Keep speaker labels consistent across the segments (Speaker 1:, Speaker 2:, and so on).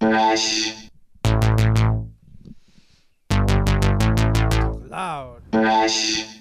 Speaker 1: Rush.
Speaker 2: Loud.
Speaker 1: Rush.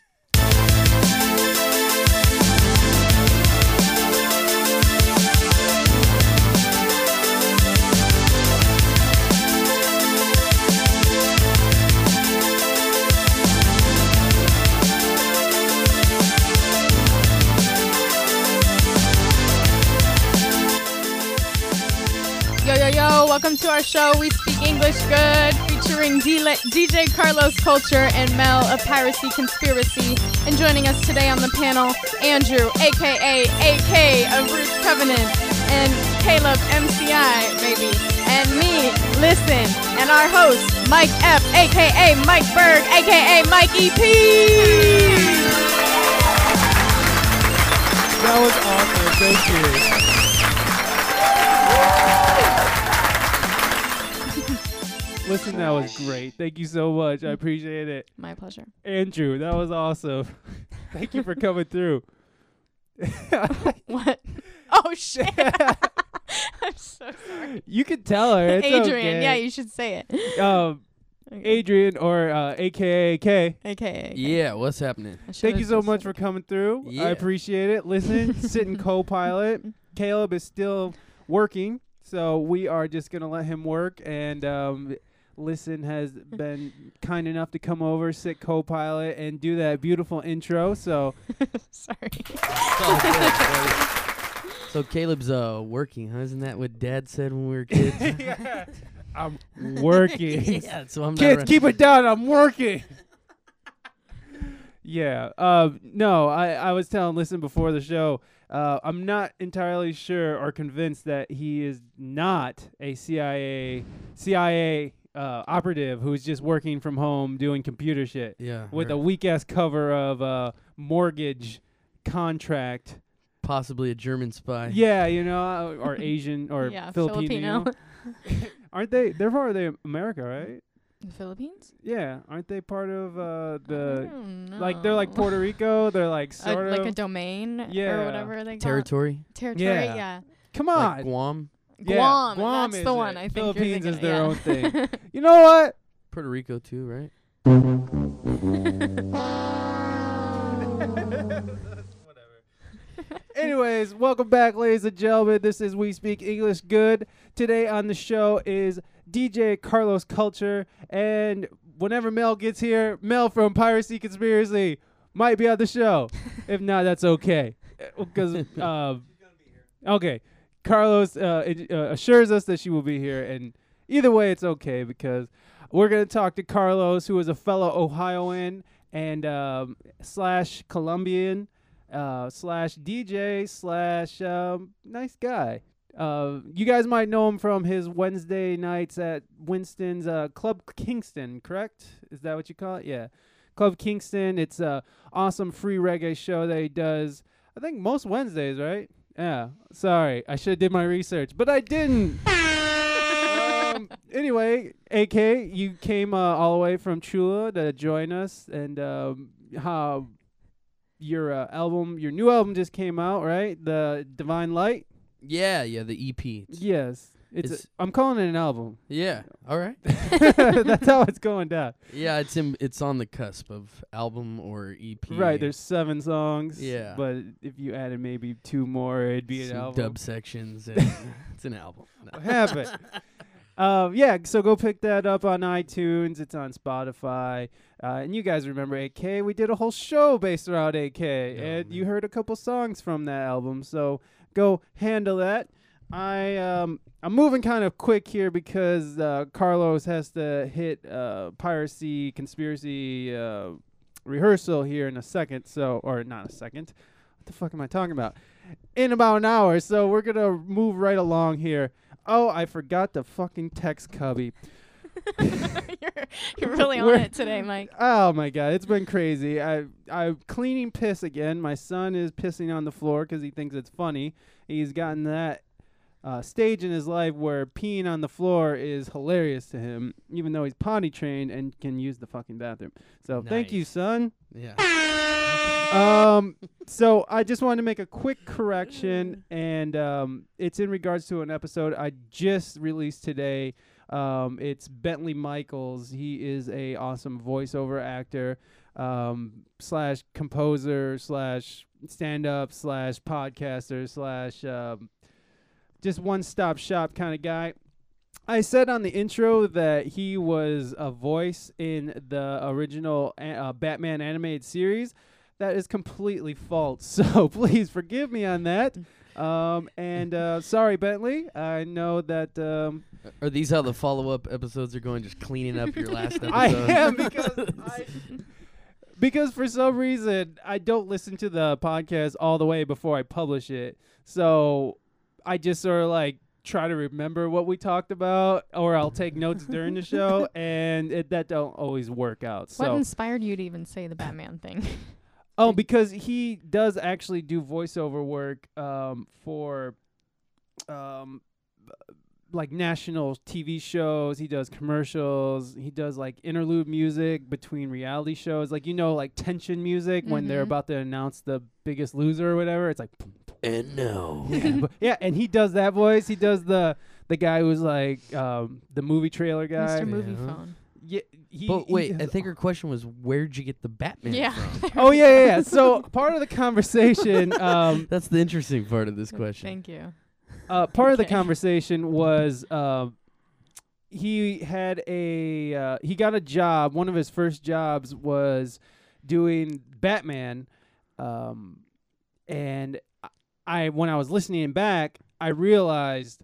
Speaker 3: Yo, yo, yo, welcome to our show, We Speak English Good, featuring D- DJ Carlos Culture and Mel of Piracy Conspiracy. And joining us today on the panel, Andrew, aka AK of Roots Covenant, and Caleb MCI, baby, and me, Listen, and our host, Mike F, aka Mike Berg, aka Mike E EP.
Speaker 2: That was awesome. Thank you. Listen, that was great. Thank you so much. I appreciate it.
Speaker 3: My pleasure.
Speaker 2: Andrew, that was awesome. Thank you for coming through.
Speaker 3: What? Oh, shit. I'm so sorry.
Speaker 2: you can tell her. It's
Speaker 3: Adrian,
Speaker 2: okay.
Speaker 3: yeah, you should say it.
Speaker 2: um,
Speaker 3: Okay.
Speaker 2: Adrian or uh, AKA K.
Speaker 3: AKA.
Speaker 4: Yeah, what's happening?
Speaker 2: Thank you so much for coming through. I
Speaker 4: Yeah.
Speaker 2: appreciate it. Listen, sit in co-pilot. Caleb is still working, so we are just gonna let him work. And um, listen has been kind enough to come over, sit co-pilot, and do that beautiful intro. So
Speaker 3: Sorry.
Speaker 4: It's all good, buddy. so Caleb's uh working, huh? Isn't that what Dad said when we were kids?
Speaker 2: I'm working.
Speaker 4: yeah, so I'm
Speaker 2: Kids,
Speaker 4: not.
Speaker 2: keep it down. I'm working. yeah. Uh, no, I, I was telling Listen before the show. Uh, I'm not entirely sure or convinced that he is not a CIA CIA uh, operative who's just working from home doing computer shit
Speaker 4: yeah,
Speaker 2: with
Speaker 4: or
Speaker 2: a weak ass cover of uh, mortgage contract.
Speaker 4: possibly a German spy.
Speaker 2: Yeah, you know, uh, or Asian or
Speaker 3: yeah,
Speaker 2: Filipino.
Speaker 3: Filipino.
Speaker 2: Aren't they? They're part of the America, right?
Speaker 3: The Philippines?
Speaker 2: Yeah, aren't they part of uh,
Speaker 3: I
Speaker 2: the
Speaker 3: don't
Speaker 2: like they're like
Speaker 3: know.
Speaker 2: Puerto Rico? They're like
Speaker 3: A-
Speaker 2: sort
Speaker 3: like
Speaker 2: of.
Speaker 3: a domain
Speaker 2: Yeah.
Speaker 3: or whatever they call it.
Speaker 4: territory.
Speaker 3: Territory,
Speaker 2: Yeah.
Speaker 3: yeah.
Speaker 2: Come
Speaker 4: Like
Speaker 2: on,
Speaker 4: Guam,
Speaker 2: Yeah,
Speaker 3: Guam.
Speaker 2: Guam
Speaker 3: that's
Speaker 2: is
Speaker 3: the
Speaker 2: it.
Speaker 3: one I think. you're
Speaker 2: Philippines is
Speaker 3: thinking of,
Speaker 2: their
Speaker 3: yeah.
Speaker 2: own thing. you know what?
Speaker 4: Puerto Rico too, right?
Speaker 2: Anyways, welcome back, ladies and gentlemen. This is We Speak English Good. Today on the show is DJ Carlos Culture, and whenever Mel gets here, Mel from Piracy Conspiracy might be on the show. if not, that's okay, because uh, okay, Carlos uh, it, uh, assures us that she will be here, and either way, it's okay because we're gonna talk to Carlos, who is a fellow Ohioan and um, slash Colombian uh, slash DJ slash um, nice guy. Uh, you guys might know him from his Wednesday nights at Winston's uh, Club Kingston, correct? Is that what you call it? Yeah, Club Kingston. It's a awesome free reggae show that he does. I think most Wednesdays, right? Yeah. Sorry, I should have did my research, but I didn't. um, anyway, AK, you came uh, all the way from Chula to join us, and um, how your uh, album, your new album just came out, right? The Divine Light.
Speaker 4: Yeah, yeah, the EP.
Speaker 2: Yes, it's.
Speaker 4: It's-
Speaker 2: i I'm calling it an album.
Speaker 4: Yeah, all right.
Speaker 2: That's how it's going down.
Speaker 4: yeah, it's in, it's on the cusp of album or EP.
Speaker 2: Right. There's seven songs.
Speaker 4: Yeah.
Speaker 2: But if you added maybe two more, it'd be an
Speaker 4: some
Speaker 2: album.
Speaker 4: dub sections. And it's an album. No.
Speaker 2: Have it. Um, yeah, so go pick that up on iTunes. It's on Spotify. Uh, and you guys remember AK? We did a whole show based around AK, and you
Speaker 4: Oh, man.
Speaker 2: heard a couple songs from that album. So go handle that. I um, I'm moving kind of quick here because uh, Carlos has to hit uh, piracy conspiracy uh, rehearsal here in a second. So or not a second. What the fuck am I talking about? In about an hour. So we're gonna move right along here. Oh, I forgot the fucking text cubby.
Speaker 3: you're, you're really on
Speaker 2: We're-
Speaker 3: it today, Mike.
Speaker 2: Oh my god, it's been crazy. I I'm cleaning piss again. My son is pissing on the floor because he thinks it's funny. He's gotten that uh, stage in his life where peeing on the floor is hilarious to him, even though he's potty trained and can use the fucking bathroom. So thank you,
Speaker 4: Nice.
Speaker 2: son.
Speaker 4: Yeah.
Speaker 2: um, so I just wanted to make a quick correction, and um, it's in regards to an episode I just released today. Um, it's Bentley Michaels. He is a awesome voiceover actor, um, slash composer, slash stand up, slash podcaster, slash um, just one stop shop kind of guy. I said on the intro that he was a voice in the original a- uh, Batman animated series. That is completely false. So please forgive me on that. Um, and uh, sorry, Bentley. I know that um,
Speaker 4: Are these how the follow up episodes are going? Just cleaning up your last episode?
Speaker 2: I am because I, because for some reason I don't listen to the podcast all the way before I publish it. So I just sort of like try to remember what we talked about, or I'll take notes during the show, and it, that don't always work out.
Speaker 3: What
Speaker 2: So
Speaker 3: inspired you to even say the Batman thing?
Speaker 2: oh, because he does actually do voiceover work um, for um, like national TV shows. He does commercials. He does like interlude music between reality shows. Like you know, like tension music when they're
Speaker 3: Mhm.
Speaker 2: about to announce the Biggest Loser or whatever. It's like boom, boom.
Speaker 4: And no.
Speaker 2: yeah, but- yeah, and he does that voice. He does the the guy who's like um, the movie trailer guy.
Speaker 3: Mr. Movie
Speaker 4: Yeah.
Speaker 3: Phone.
Speaker 2: Yeah, he,
Speaker 4: But
Speaker 2: he
Speaker 4: wait, I
Speaker 2: has-
Speaker 4: think her question was, where'd you get the Batman?
Speaker 3: Yeah.
Speaker 4: from?
Speaker 2: Oh yeah, yeah. yeah. So part of the conversation, um,
Speaker 4: That's the interesting part of this question.
Speaker 3: Thank you.
Speaker 2: uh, part of the
Speaker 3: Okay.
Speaker 2: conversation was um, he had a uh, he got a job. One of his first jobs was doing Batman, um, and I- I when I was listening back, I realized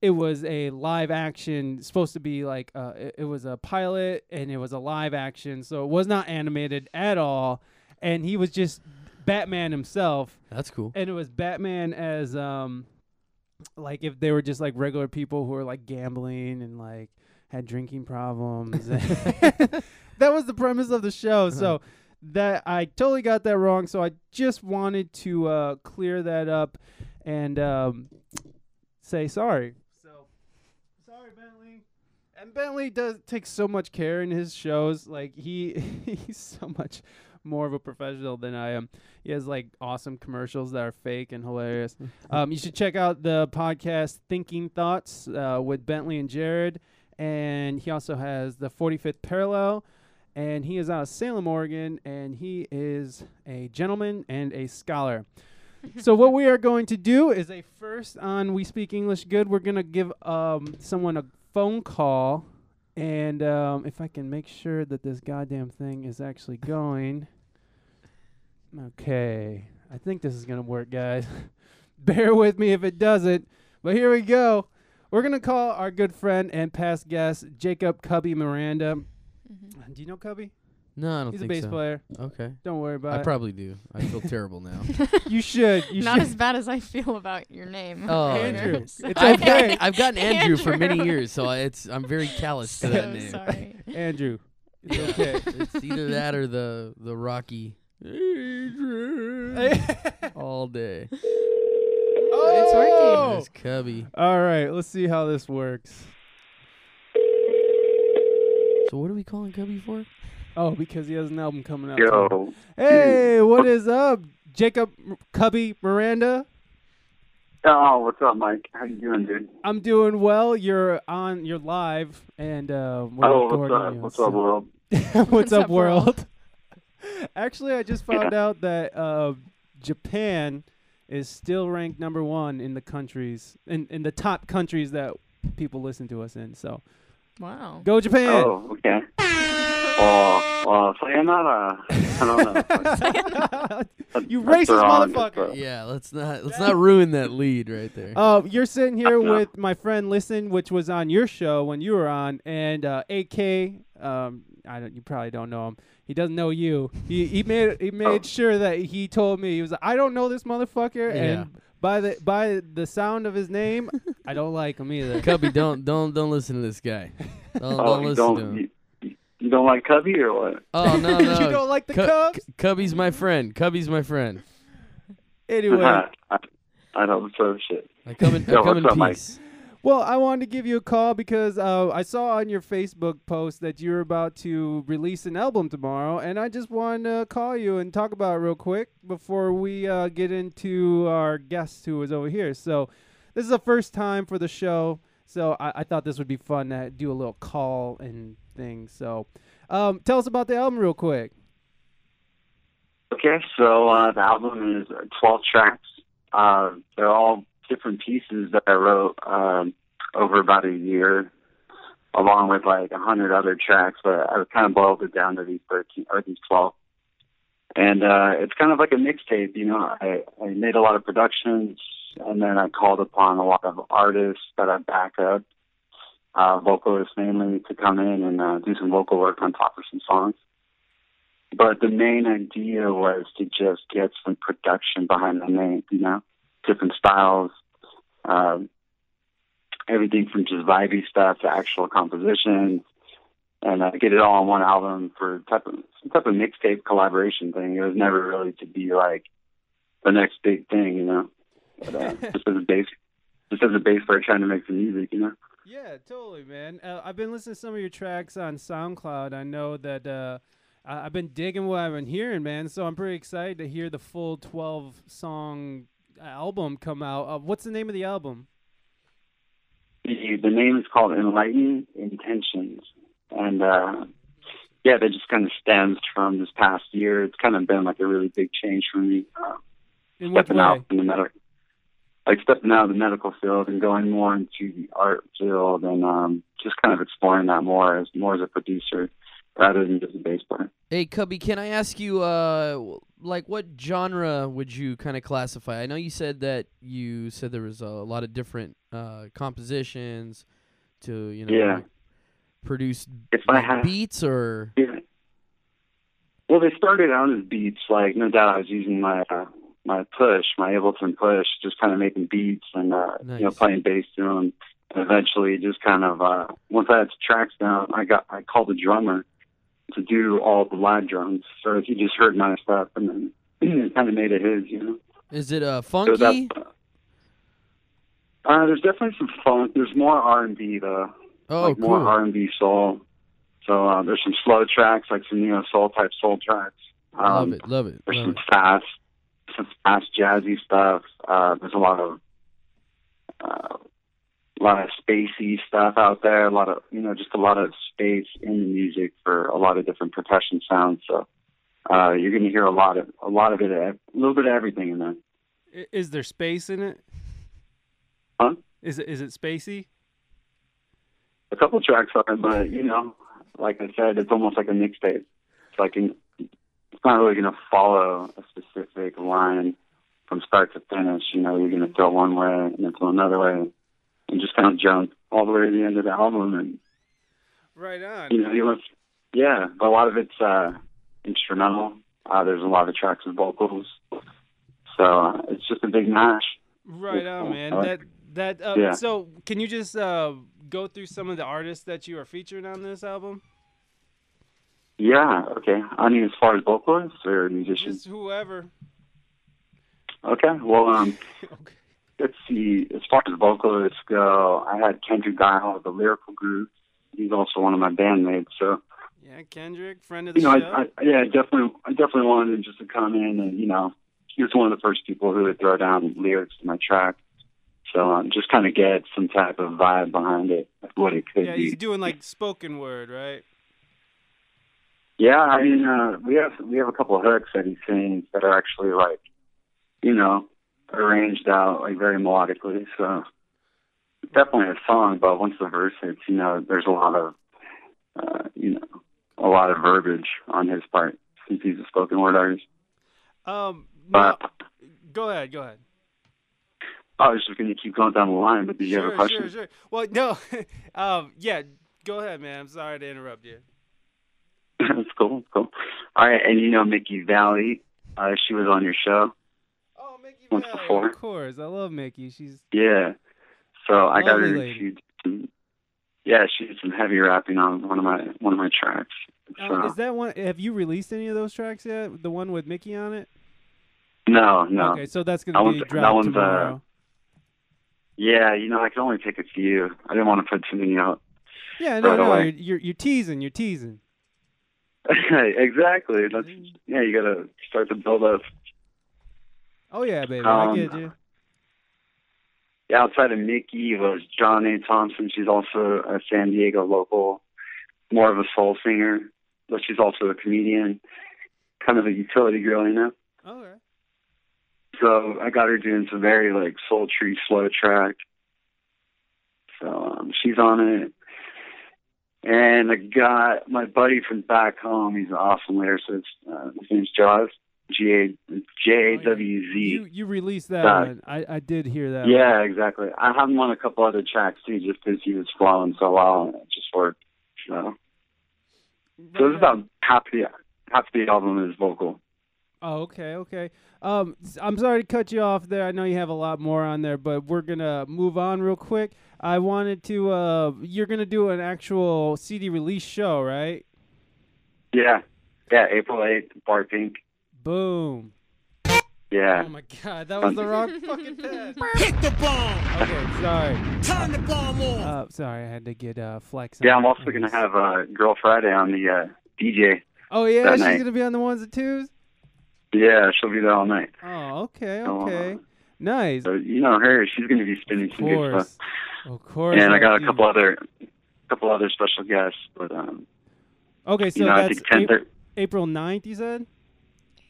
Speaker 2: it was a live action supposed to be like uh, it, it was a pilot and it was a live action, so it was not animated at all, and he was just Batman himself
Speaker 4: That's cool.
Speaker 2: and it was Batman as um like if they were just like regular people who were like gambling and like had drinking problems. that was the premise of the show. So that I totally got that wrong. So I just wanted to uh, clear that up and um, say sorry. So sorry, Bentley. And Bentley does take so much care in his shows. Like he he's so much more of a professional than I am. He has like awesome commercials that are fake and hilarious. um, you should check out the podcast Thinking Thoughts uh, with Bentley and Jared. And he also has the 45th Parallel. And he is out of Salem, Oregon. And he is a gentleman and a scholar. so what we are going to do is a first on We Speak English Good. We're gonna give um, someone a phone call, and um, if I can make sure that this goddamn thing is actually going. Okay, I think this is gonna work, guys. Bear with me if it doesn't, but here we go. We're gonna call our good friend and past guest Jacob Cubby Miranda. Mm-hmm. Do you know Cubby?
Speaker 4: No, I don't
Speaker 2: He's a
Speaker 4: think
Speaker 2: bass
Speaker 4: so.
Speaker 2: player.
Speaker 4: Okay.
Speaker 2: Don't worry
Speaker 4: I
Speaker 2: about it.
Speaker 4: probably do. I feel terrible now.
Speaker 2: you should. You
Speaker 3: Not
Speaker 2: should.
Speaker 3: as bad as I feel about your name.
Speaker 4: Oh,
Speaker 2: Andrew.
Speaker 4: Andrew.
Speaker 3: Sorry.
Speaker 2: It's
Speaker 4: I've,
Speaker 2: okay.
Speaker 4: gotten, I've gotten Andrew, for many
Speaker 3: Andrew.
Speaker 4: years, so I, it's I'm very callous to
Speaker 3: so
Speaker 4: that name.
Speaker 3: sorry.
Speaker 2: Andrew. It's
Speaker 4: Yeah.
Speaker 2: okay.
Speaker 4: It's either that or the the Rocky all day.
Speaker 2: Oh!
Speaker 4: There's Cubby.
Speaker 2: All right, let's see how this works.
Speaker 4: So what are we calling Cubby for?
Speaker 2: Oh, because he has an album coming out. tomorrow.
Speaker 1: Yo,
Speaker 2: Hey, what is up, Jacob M- Cubby Miranda?
Speaker 1: oh, what's up, Mike? How you doing, dude?
Speaker 2: I'm doing well. You're on. You're live, and uh, we're
Speaker 1: oh, what's
Speaker 2: recording
Speaker 1: up?
Speaker 2: you,
Speaker 1: What's
Speaker 2: so-
Speaker 1: up, world?
Speaker 2: What's,
Speaker 3: What's
Speaker 2: up,
Speaker 3: up,
Speaker 2: world?
Speaker 3: world?
Speaker 2: Actually, I just found out that uh, Japan is still ranked number one in the countries in, in the top countries that people listen to us in. So
Speaker 3: Wow.
Speaker 2: go Japan!
Speaker 1: Oh, okay. Oh, well, sayonara. uh, I don't know.
Speaker 2: you
Speaker 1: That's
Speaker 2: racist
Speaker 1: wrong.
Speaker 2: motherfucker!
Speaker 1: That's, uh,
Speaker 4: Yeah, let's not let's not ruin that lead right there.
Speaker 2: Uh, you're sitting here
Speaker 1: Yeah.
Speaker 2: with my friend Listen, which was on your show when you were on, and uh, AK. Um, I don't. You probably don't know him. He doesn't know you. He he made he made sure that he told me he was. like, I don't know this motherfucker,
Speaker 4: Yeah.
Speaker 2: and by the by the sound of his name, I don't like him either.
Speaker 4: Cubby, don't don't don't listen to this guy. Don't,
Speaker 1: oh,
Speaker 4: don't
Speaker 1: you
Speaker 4: listen
Speaker 1: don't
Speaker 4: to him.
Speaker 1: you, you don't like Cubby or what?
Speaker 4: oh no no.
Speaker 2: you don't like the
Speaker 4: Cu-
Speaker 2: Cubs
Speaker 4: Cu- Cubby's my friend. Cubby's my friend.
Speaker 2: anyway.
Speaker 1: I, I don't serve shit.
Speaker 4: I come in,
Speaker 1: Yo,
Speaker 4: I come in
Speaker 1: what's up, Mike?
Speaker 4: peace.
Speaker 2: Well, I wanted to give you a call because uh, I saw on your Facebook post that you were about to release an album tomorrow, and I just wanted to call you and talk about it real quick before we uh, get into our guest who is over here. So, this is the first time for the show, so I, I thought this would be fun to do a little call and thing. So, um, tell us about the album real quick.
Speaker 1: Okay, so uh, the album is 12 tracks. Uh, they're all different pieces that I wrote um, over about a year, along with like a 100 other tracks, but I kind of boiled it down to these 13 or these 12. And uh, it's kind of like a mixtape, you know. I, I made a lot of productions, and then I called upon a lot of artists that I back up, uh, vocalists mainly, to come in and uh, do some vocal work on top of some songs but the main idea was to just get some production behind the name, you know, different styles, um, everything from just vibey stuff to actual compositions, and uh, get it all on one album for type of some type of mixtape collaboration thing. It was never really to be like the next big thing, you know, but, uh, just as a base, just as a base for trying to make some music, you know.
Speaker 2: Yeah, totally, man. Uh, I've been listening to some of your tracks on SoundCloud. I know that uh, I- I've been digging what I've been hearing, man. So I'm pretty excited to hear the full 12 song album come out. Uh, what's the name of the album?
Speaker 1: the, the name is called Enlightened Intentions. And uh, yeah, that just kind of stems from this past year. It's kind of been like a really big change for me. Uh,
Speaker 2: In what
Speaker 1: stepping
Speaker 2: way?
Speaker 1: out in the medical, like stepping out of the medical field and going more into the art field and um, just kind of exploring that more as more as a producer rather than just a bass player.
Speaker 4: Hey, Cubby, can I ask you, uh, w- like, what genre would you kind of classify? I know you said that you said there was a lot of different uh, compositions to, you know,
Speaker 1: Yeah.
Speaker 4: like, produce
Speaker 1: If I
Speaker 4: like,
Speaker 1: had-
Speaker 4: beats or.
Speaker 1: Yeah. Well, they started out as beats. Like, no doubt, I was using my uh, my push, my Ableton push, just kind of making beats and uh, you know
Speaker 4: Nice.
Speaker 1: playing bass to them. And eventually, just kind of uh, once I had the tracks down, I got I called a drummer to do all the live drums, so he just heard my stuff and then kind of made it his, you know.
Speaker 4: Is it uh,
Speaker 1: So
Speaker 4: funky?
Speaker 1: that's, uh, there's definitely some funk. There's more R and B though
Speaker 4: Oh,
Speaker 1: like more um,
Speaker 4: cool.
Speaker 1: R and B soul. So uh, there's some slow tracks, like some neo soul type soul tracks. Um,
Speaker 4: Love it, love it,
Speaker 1: There's
Speaker 4: love
Speaker 1: some
Speaker 4: it.
Speaker 1: fast, some fast jazzy stuff. Uh, there's a lot of, uh, a lot of spacey stuff out there. A lot of you know, just a lot of space in the music for a lot of different percussion sounds. So uh, you're going to hear a lot of a lot of it, a little bit of everything in there.
Speaker 2: I- Is there space in it?
Speaker 1: Huh?
Speaker 2: Is it is it spacey?
Speaker 1: a couple tracks are, but you know, like I said, it's almost like a mixtape. It's like in, it's not really going to follow a specific line from start to finish. You know, you're going to go one way and then go another way, and just kind of jump all the way to the end of the album. And
Speaker 2: Right on.
Speaker 1: you know, you listen. Yeah, but a lot of it's uh, instrumental. Uh, there's a lot of tracks with vocals, so uh, it's just a big mash.
Speaker 2: Right on, man.
Speaker 1: Uh,
Speaker 2: That that uh,
Speaker 1: yeah.
Speaker 2: so can you just uh, go through some of the artists that you are featuring on this album?
Speaker 1: Yeah, okay. I mean, as far as vocalists or musicians,
Speaker 2: Just whoever.
Speaker 1: okay. Well, um,
Speaker 2: okay.
Speaker 1: let's see, as far as vocalists go, I had Kendrick Guile of the Lyrical Group. He's also one of my bandmates. So,
Speaker 2: Yeah, Kendrick, friend of the
Speaker 1: you know,
Speaker 2: show.
Speaker 1: I, I, yeah, I definitely, I definitely wanted him just to come in and, you know, he was one of the first people who would throw down lyrics to my track. So um, just kind of get some type of vibe behind it, like what it could
Speaker 2: yeah,
Speaker 1: be.
Speaker 2: he's doing like spoken word, right?
Speaker 1: Yeah, I mean, uh, we have we have a couple of hooks that he sings that are actually like, you know, arranged out like very melodically. So definitely a song, but once the verse hits, you know, there's a lot of, uh, you know, a lot of verbiage on his part since he's a spoken word artist.
Speaker 2: Um, no,
Speaker 1: But
Speaker 2: go ahead, go ahead.
Speaker 1: I was just gonna keep going down the line. But did you
Speaker 2: sure,
Speaker 1: have a question?
Speaker 2: sure, sure. Well, no, um, yeah, go ahead, man. I'm sorry to interrupt you.
Speaker 1: that's cool. That's cool. All right, and you know, Mickey Valley, uh, she was on your show.
Speaker 2: Oh, Mickey
Speaker 1: Once
Speaker 2: Valley,
Speaker 1: before.
Speaker 2: of course. I love Mickey. She's
Speaker 1: Yeah. So I got
Speaker 2: Lovely
Speaker 1: her.
Speaker 2: lady.
Speaker 1: She did some, yeah, she did some heavy rapping on one of my one of my tracks. So,
Speaker 2: Uh, is that one? Have you released any of those tracks yet? The one with Mickey on it.
Speaker 1: no, no,
Speaker 2: Okay, so that's
Speaker 1: That
Speaker 2: gonna be
Speaker 1: one's- that
Speaker 2: dropped
Speaker 1: one's, uh,
Speaker 2: tomorrow.
Speaker 1: Yeah, you know, I could only pick a few. I didn't want to put too many out.
Speaker 2: Yeah, no,
Speaker 1: Right
Speaker 2: no,
Speaker 1: away.
Speaker 2: you're, you're you're teasing, you're teasing.
Speaker 1: exactly. That's yeah. You gotta start to build up.
Speaker 2: Oh yeah, baby, I
Speaker 1: Um,
Speaker 2: get you.
Speaker 1: Yeah, outside of Nikki was John A. Thompson. She's also a San Diego local, more of a soul singer, but she's also a comedian, kind of a utility girl, you know.
Speaker 2: All right.
Speaker 1: So I got her doing some very like sultry slow track. So um, she's on it. And I got my buddy from back home. He's an awesome lyricist. Uh, his name's Jaws. G A J A W
Speaker 2: You
Speaker 1: Z.
Speaker 2: you released that
Speaker 1: Uh,
Speaker 2: one. I I did hear that. one.
Speaker 1: Yeah, exactly. I have him on a couple other tracks too, just 'cause he was flowing so well and it just worked. So, so it was about half the half the album is vocal.
Speaker 2: Oh, okay, okay. Um, s- I'm sorry to cut you off there. I know you have a lot more on there, but we're gonna move on real quick. I wanted to. Uh, you're gonna do an actual CD release show, right?
Speaker 1: Yeah, yeah. April eighth, Bar Pink.
Speaker 2: Boom.
Speaker 1: Yeah.
Speaker 2: Oh my God, that was the wrong fucking pen.
Speaker 5: Hit the bomb.
Speaker 2: Okay, sorry.
Speaker 5: Turn the bomb on.
Speaker 2: Uh, sorry, I had to get uh, flex.
Speaker 1: Yeah, I'm
Speaker 2: on it.
Speaker 1: also gonna have uh, Girl Friday on the uh, DJ.
Speaker 2: Oh yeah,
Speaker 1: that
Speaker 2: she's
Speaker 1: night.
Speaker 2: gonna be on the ones and twos.
Speaker 1: Yeah, she'll be there all night.
Speaker 2: Oh, okay,
Speaker 1: Oh,
Speaker 2: okay,
Speaker 1: uh,
Speaker 2: nice.
Speaker 1: So you know her; she's gonna be spinning
Speaker 2: Of
Speaker 1: some good
Speaker 2: course,
Speaker 1: stuff.
Speaker 2: of course.
Speaker 1: And I got a
Speaker 2: do.
Speaker 1: couple other, couple other special guests. But um,
Speaker 2: Okay, so
Speaker 1: you know, I
Speaker 2: that's
Speaker 1: think 10th,
Speaker 2: April, April 9th, You said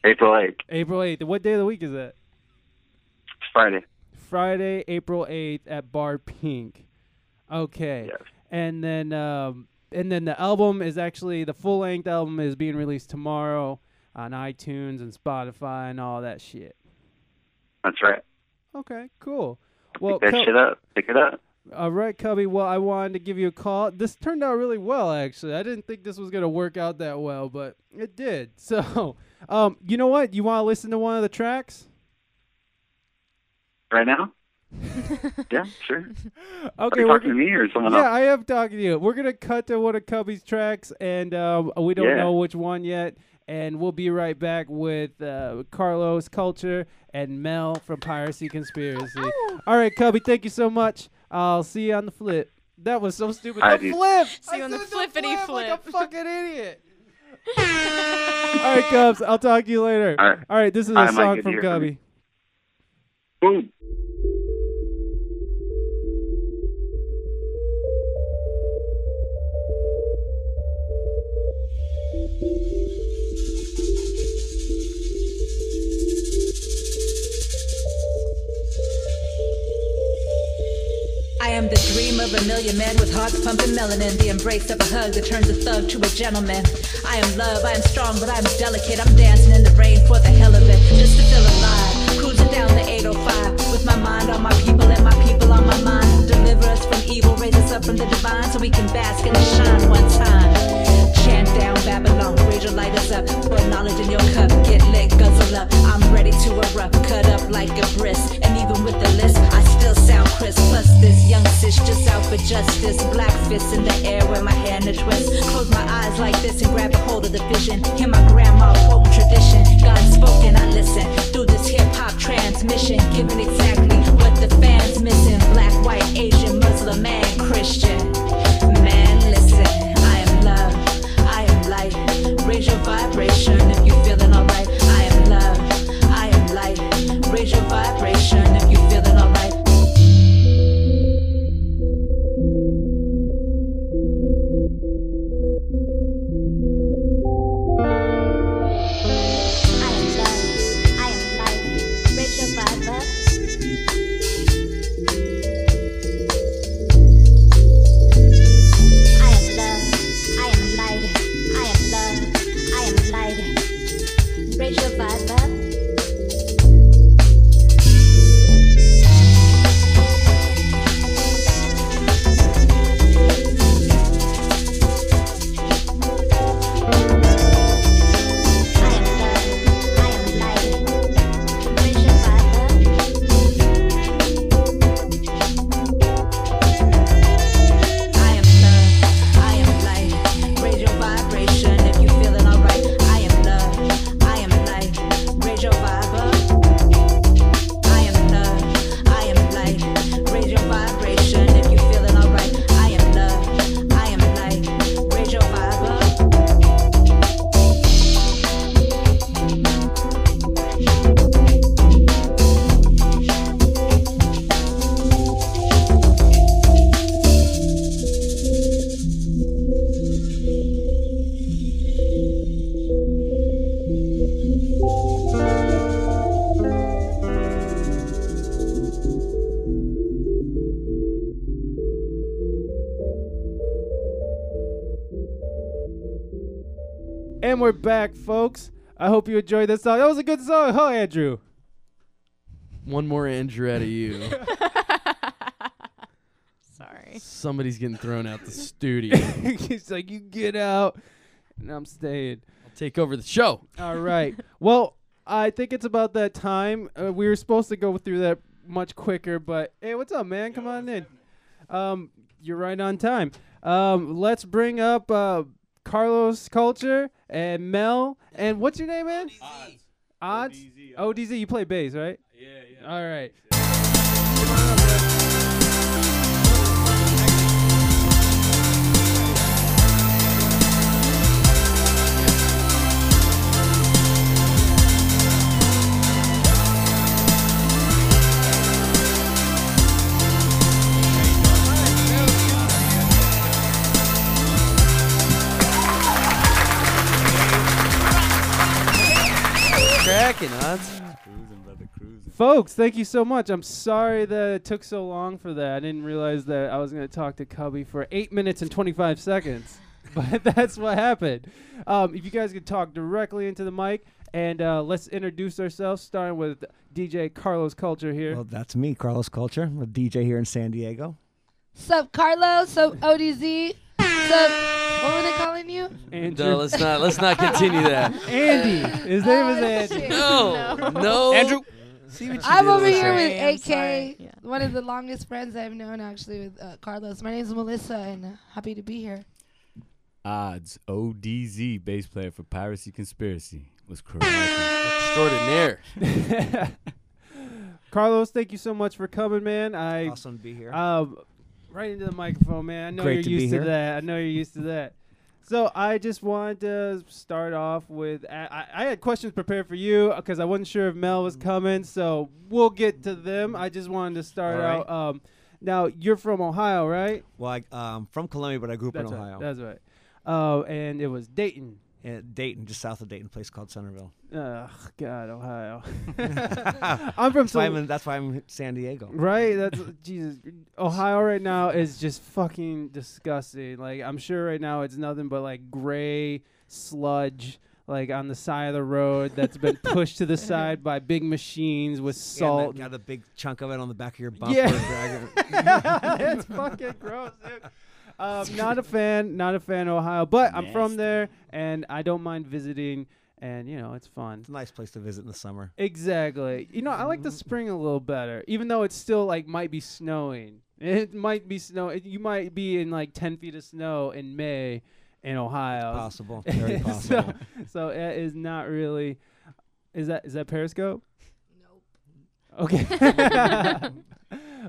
Speaker 1: April 8th,
Speaker 2: April 8th. What day of the week is that?
Speaker 1: it's Friday.
Speaker 2: Friday, April 8th at Bar Pink. Okay.
Speaker 1: Yes.
Speaker 2: And then um and then the album is actually the full length album is being released tomorrow on iTunes and Spotify and all that shit.
Speaker 1: That's right.
Speaker 2: Okay, cool. Well,
Speaker 1: Pick that
Speaker 2: Cub-
Speaker 1: shit up. Pick it up.
Speaker 2: all right, Cubby. Well, I wanted to give you a call. This turned out really well, actually. I didn't think this was gonna work out that well, but it did. So, um, you know what? You want to listen to one of the tracks?
Speaker 1: Right now? yeah, sure. Are
Speaker 2: Okay,
Speaker 1: you
Speaker 2: we're
Speaker 1: talking to me or someone
Speaker 2: Yeah,
Speaker 1: else?
Speaker 2: I am talking to you. We're gonna cut to one of Cubby's tracks, and um, we don't
Speaker 1: Yeah.
Speaker 2: know which one yet. And we'll be right back with uh, Carlos Culture and Mel from Piracy Conspiracy. All right, Cubby, thank you so much. I'll see you on the flip. That was so stupid.
Speaker 1: I
Speaker 2: the
Speaker 1: do.
Speaker 2: flip.
Speaker 3: See you
Speaker 2: I
Speaker 3: on the
Speaker 2: said
Speaker 3: flippity
Speaker 2: flip like a
Speaker 3: flip.
Speaker 2: fucking idiot. All right, Cubs. I'll talk to you later.
Speaker 1: All right.
Speaker 2: All right this is a
Speaker 1: All right, Mike,
Speaker 2: song
Speaker 1: good to
Speaker 2: from
Speaker 1: hear from
Speaker 2: Cubby.
Speaker 1: you. Boom.
Speaker 6: I am the dream of a million men with hearts pumping melanin. The embrace of a hug that turns a thug to a gentleman. I am love, I am strong, but I am delicate. I'm dancing in the rain for the hell of it, just to feel alive. Cruising down the 805 with my mind on my people and my people on my mind. Deliver us from evil, raise us up from the divine so we can bask in the shine one time. Chant down Babylon, raise your light us up. Pour knowledge in your cup, get lit, guzzle up. I'm ready to erupt, cut up like a brisk. And even with the list, I still sound crisp. Plus, this young sis just out for justice. Black fists in the air where my hand a twist. Close my eyes like this and grab a hold of the vision. Hear my grandma quote tradition. God spoken, I listen. Through this hip hop transmission, giving exactly what the fans missing. Black, white, Asian, Muslim, and Christian. Man, listen, I am love. I am light. Raise your vibration if you're feeling alright. I am love. I am light. Raise your vibration if you're feeling alright.
Speaker 2: And we're back, folks. I hope you enjoyed this song. That was a good song. Huh, Andrew?
Speaker 4: One more injury out of you.
Speaker 3: Sorry.
Speaker 4: Somebody's getting thrown out the studio. I'll
Speaker 2: He's like, you get out, and I'm staying.
Speaker 4: take over the show.
Speaker 2: All right. well, I think it's about that time. Uh, we were supposed to go through that much quicker, but hey, what's up, man? Come on in. Um, you're right on time. Um, let's bring up uh, Carlos Culture and Mel. And what's your name, man? Odds. ODZ. You play bass, right? Yeah, yeah. All right.
Speaker 4: Cracking odds.
Speaker 7: Cruising, brother, cruising.
Speaker 2: Folks, thank you so much. I'm sorry that it took so long for that. I didn't realize that I was going to talk to Cubby for eight minutes and 25 seconds, but that's what happened. Um, if you guys could talk directly into the mic, and uh, let's introduce ourselves, starting with DJ Carlos Culture here.
Speaker 8: Well, that's me, Carlos Culture, a DJ here in San Diego.
Speaker 9: Sup, Carlos? Sup, ODZ? Sup, what were they calling you?
Speaker 4: No,
Speaker 2: Andrew.
Speaker 4: let's not. Let's not continue that.
Speaker 2: Andy. His name is
Speaker 9: Oh,
Speaker 2: Andy.
Speaker 9: shit.
Speaker 4: No,
Speaker 3: No.
Speaker 4: no.
Speaker 7: Andrew.
Speaker 4: See what you
Speaker 9: I'm
Speaker 4: did
Speaker 9: over
Speaker 4: last
Speaker 9: here
Speaker 4: time.
Speaker 9: with
Speaker 3: Sorry, I'm
Speaker 9: AK,
Speaker 3: sorry. Yeah.
Speaker 9: one of the longest friends I've known, actually, with uh, Carlos. My name's Melissa, and uh, happy to be here.
Speaker 7: Odds ODZ bass player for Piracy Conspiracy was correct.
Speaker 4: extraordinaire.
Speaker 2: Carlos, thank you so much for coming, man. I
Speaker 8: Awesome to be here.
Speaker 2: Um, right into the microphone, man. I know
Speaker 8: Great
Speaker 2: you're
Speaker 8: to be
Speaker 2: used to
Speaker 8: here.
Speaker 2: that. I know you're used to that. So I just wanted to start off with I, I I had questions prepared for you because I wasn't sure if Mel
Speaker 8: Mm.
Speaker 2: was coming, so we'll get to them. I just wanted to start
Speaker 8: All right.
Speaker 2: out. Um, now you're from Ohio, right?
Speaker 8: well, I, um, from Columbia, but I grew up
Speaker 2: That's
Speaker 8: in
Speaker 2: right.
Speaker 8: Ohio,
Speaker 2: That's right. Uh, and it was Dayton.
Speaker 8: Uh, Dayton, just south of Dayton, a place called Centerville.
Speaker 2: Ugh, God, Ohio. I'm from
Speaker 8: That's why
Speaker 2: Sil-
Speaker 8: I'm in, that's why I'm in San Diego.
Speaker 2: Right? That's Jesus. Ohio right now is just fucking disgusting. Like I'm sure right now it's nothing but like gray sludge like on the side of the road that's been pushed to the side by big machines with salt.
Speaker 8: And I got a big chunk of it on the back of your bumper.
Speaker 2: Yeah.
Speaker 8: and drag it.
Speaker 2: That's fucking gross, dude. Um, not a fan, not a fan of Ohio, but I'm from
Speaker 7: Nasty.
Speaker 2: there and I don't mind visiting and you know, it's fun.
Speaker 8: It's a nice place to visit in the summer.
Speaker 2: Exactly. You know, I like the spring a little better, even though it's still like might be snowing. It might be snow. it- You might be in like ten feet of snow in May in Ohio.
Speaker 8: Possible, very
Speaker 2: So-
Speaker 8: possible.
Speaker 2: so it is not really. Is that is that Periscope? Nope. Okay.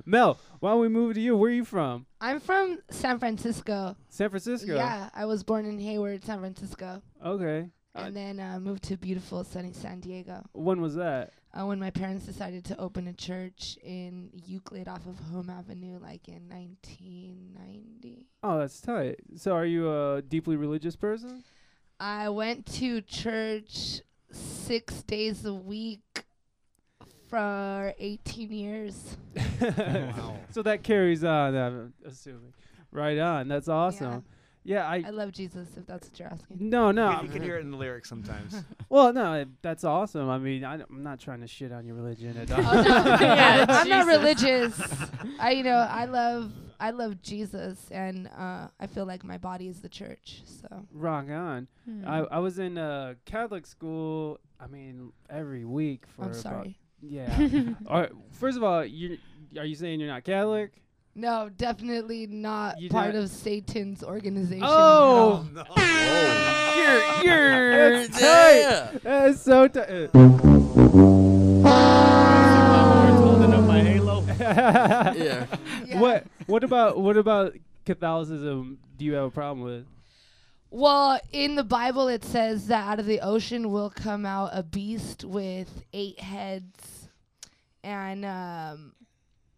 Speaker 2: Mel, why don't we move to you? Where are you from?
Speaker 9: I'm from San Francisco.
Speaker 2: San Francisco.
Speaker 9: Yeah, I was born in Hayward, San Francisco,
Speaker 2: Okay. Uh,
Speaker 9: and then uh, moved to beautiful sunny San Diego
Speaker 2: When was that?
Speaker 9: uh, when my parents decided to open a church in Euclid off of Home Avenue, like in 1990.
Speaker 2: Oh, that's tight. So, are you a deeply religious person?
Speaker 9: I went to church six days a week for 18 years.
Speaker 2: So that carries on, I'm assuming. Right on. That's awesome. Yeah, I.
Speaker 9: I love Jesus, if that's what you're asking.
Speaker 2: no, no.
Speaker 8: you can hear it in the lyrics sometimes.
Speaker 2: Well, no, that's awesome. I mean, I, am not trying to shit on your religion at all.
Speaker 9: Oh, no, I'm,
Speaker 3: Yeah,
Speaker 9: not, I'm not
Speaker 3: Jesus.
Speaker 9: religious. I, you know, I love, I love Jesus, and uh, I feel like my body is the church. So
Speaker 2: Rock on. I, I was in uh, Catholic school. I mean, every week for.
Speaker 9: I'm
Speaker 2: about-
Speaker 9: sorry.
Speaker 2: yeah. all right, first of all, you are you saying you're not Catholic?
Speaker 9: No, definitely not
Speaker 2: You
Speaker 9: part
Speaker 2: don't-
Speaker 9: of Satan's organization.
Speaker 2: Oh,
Speaker 4: You're, you're
Speaker 2: That's tight. that is so. T-
Speaker 7: Holding up my halo.
Speaker 2: uh,
Speaker 4: Yeah.
Speaker 9: no. Yeah.
Speaker 2: What? What about? What about Catholicism? Do you have a problem with?
Speaker 9: Well, in the Bible, it says that out of the ocean will come out a beast with eight heads, and um,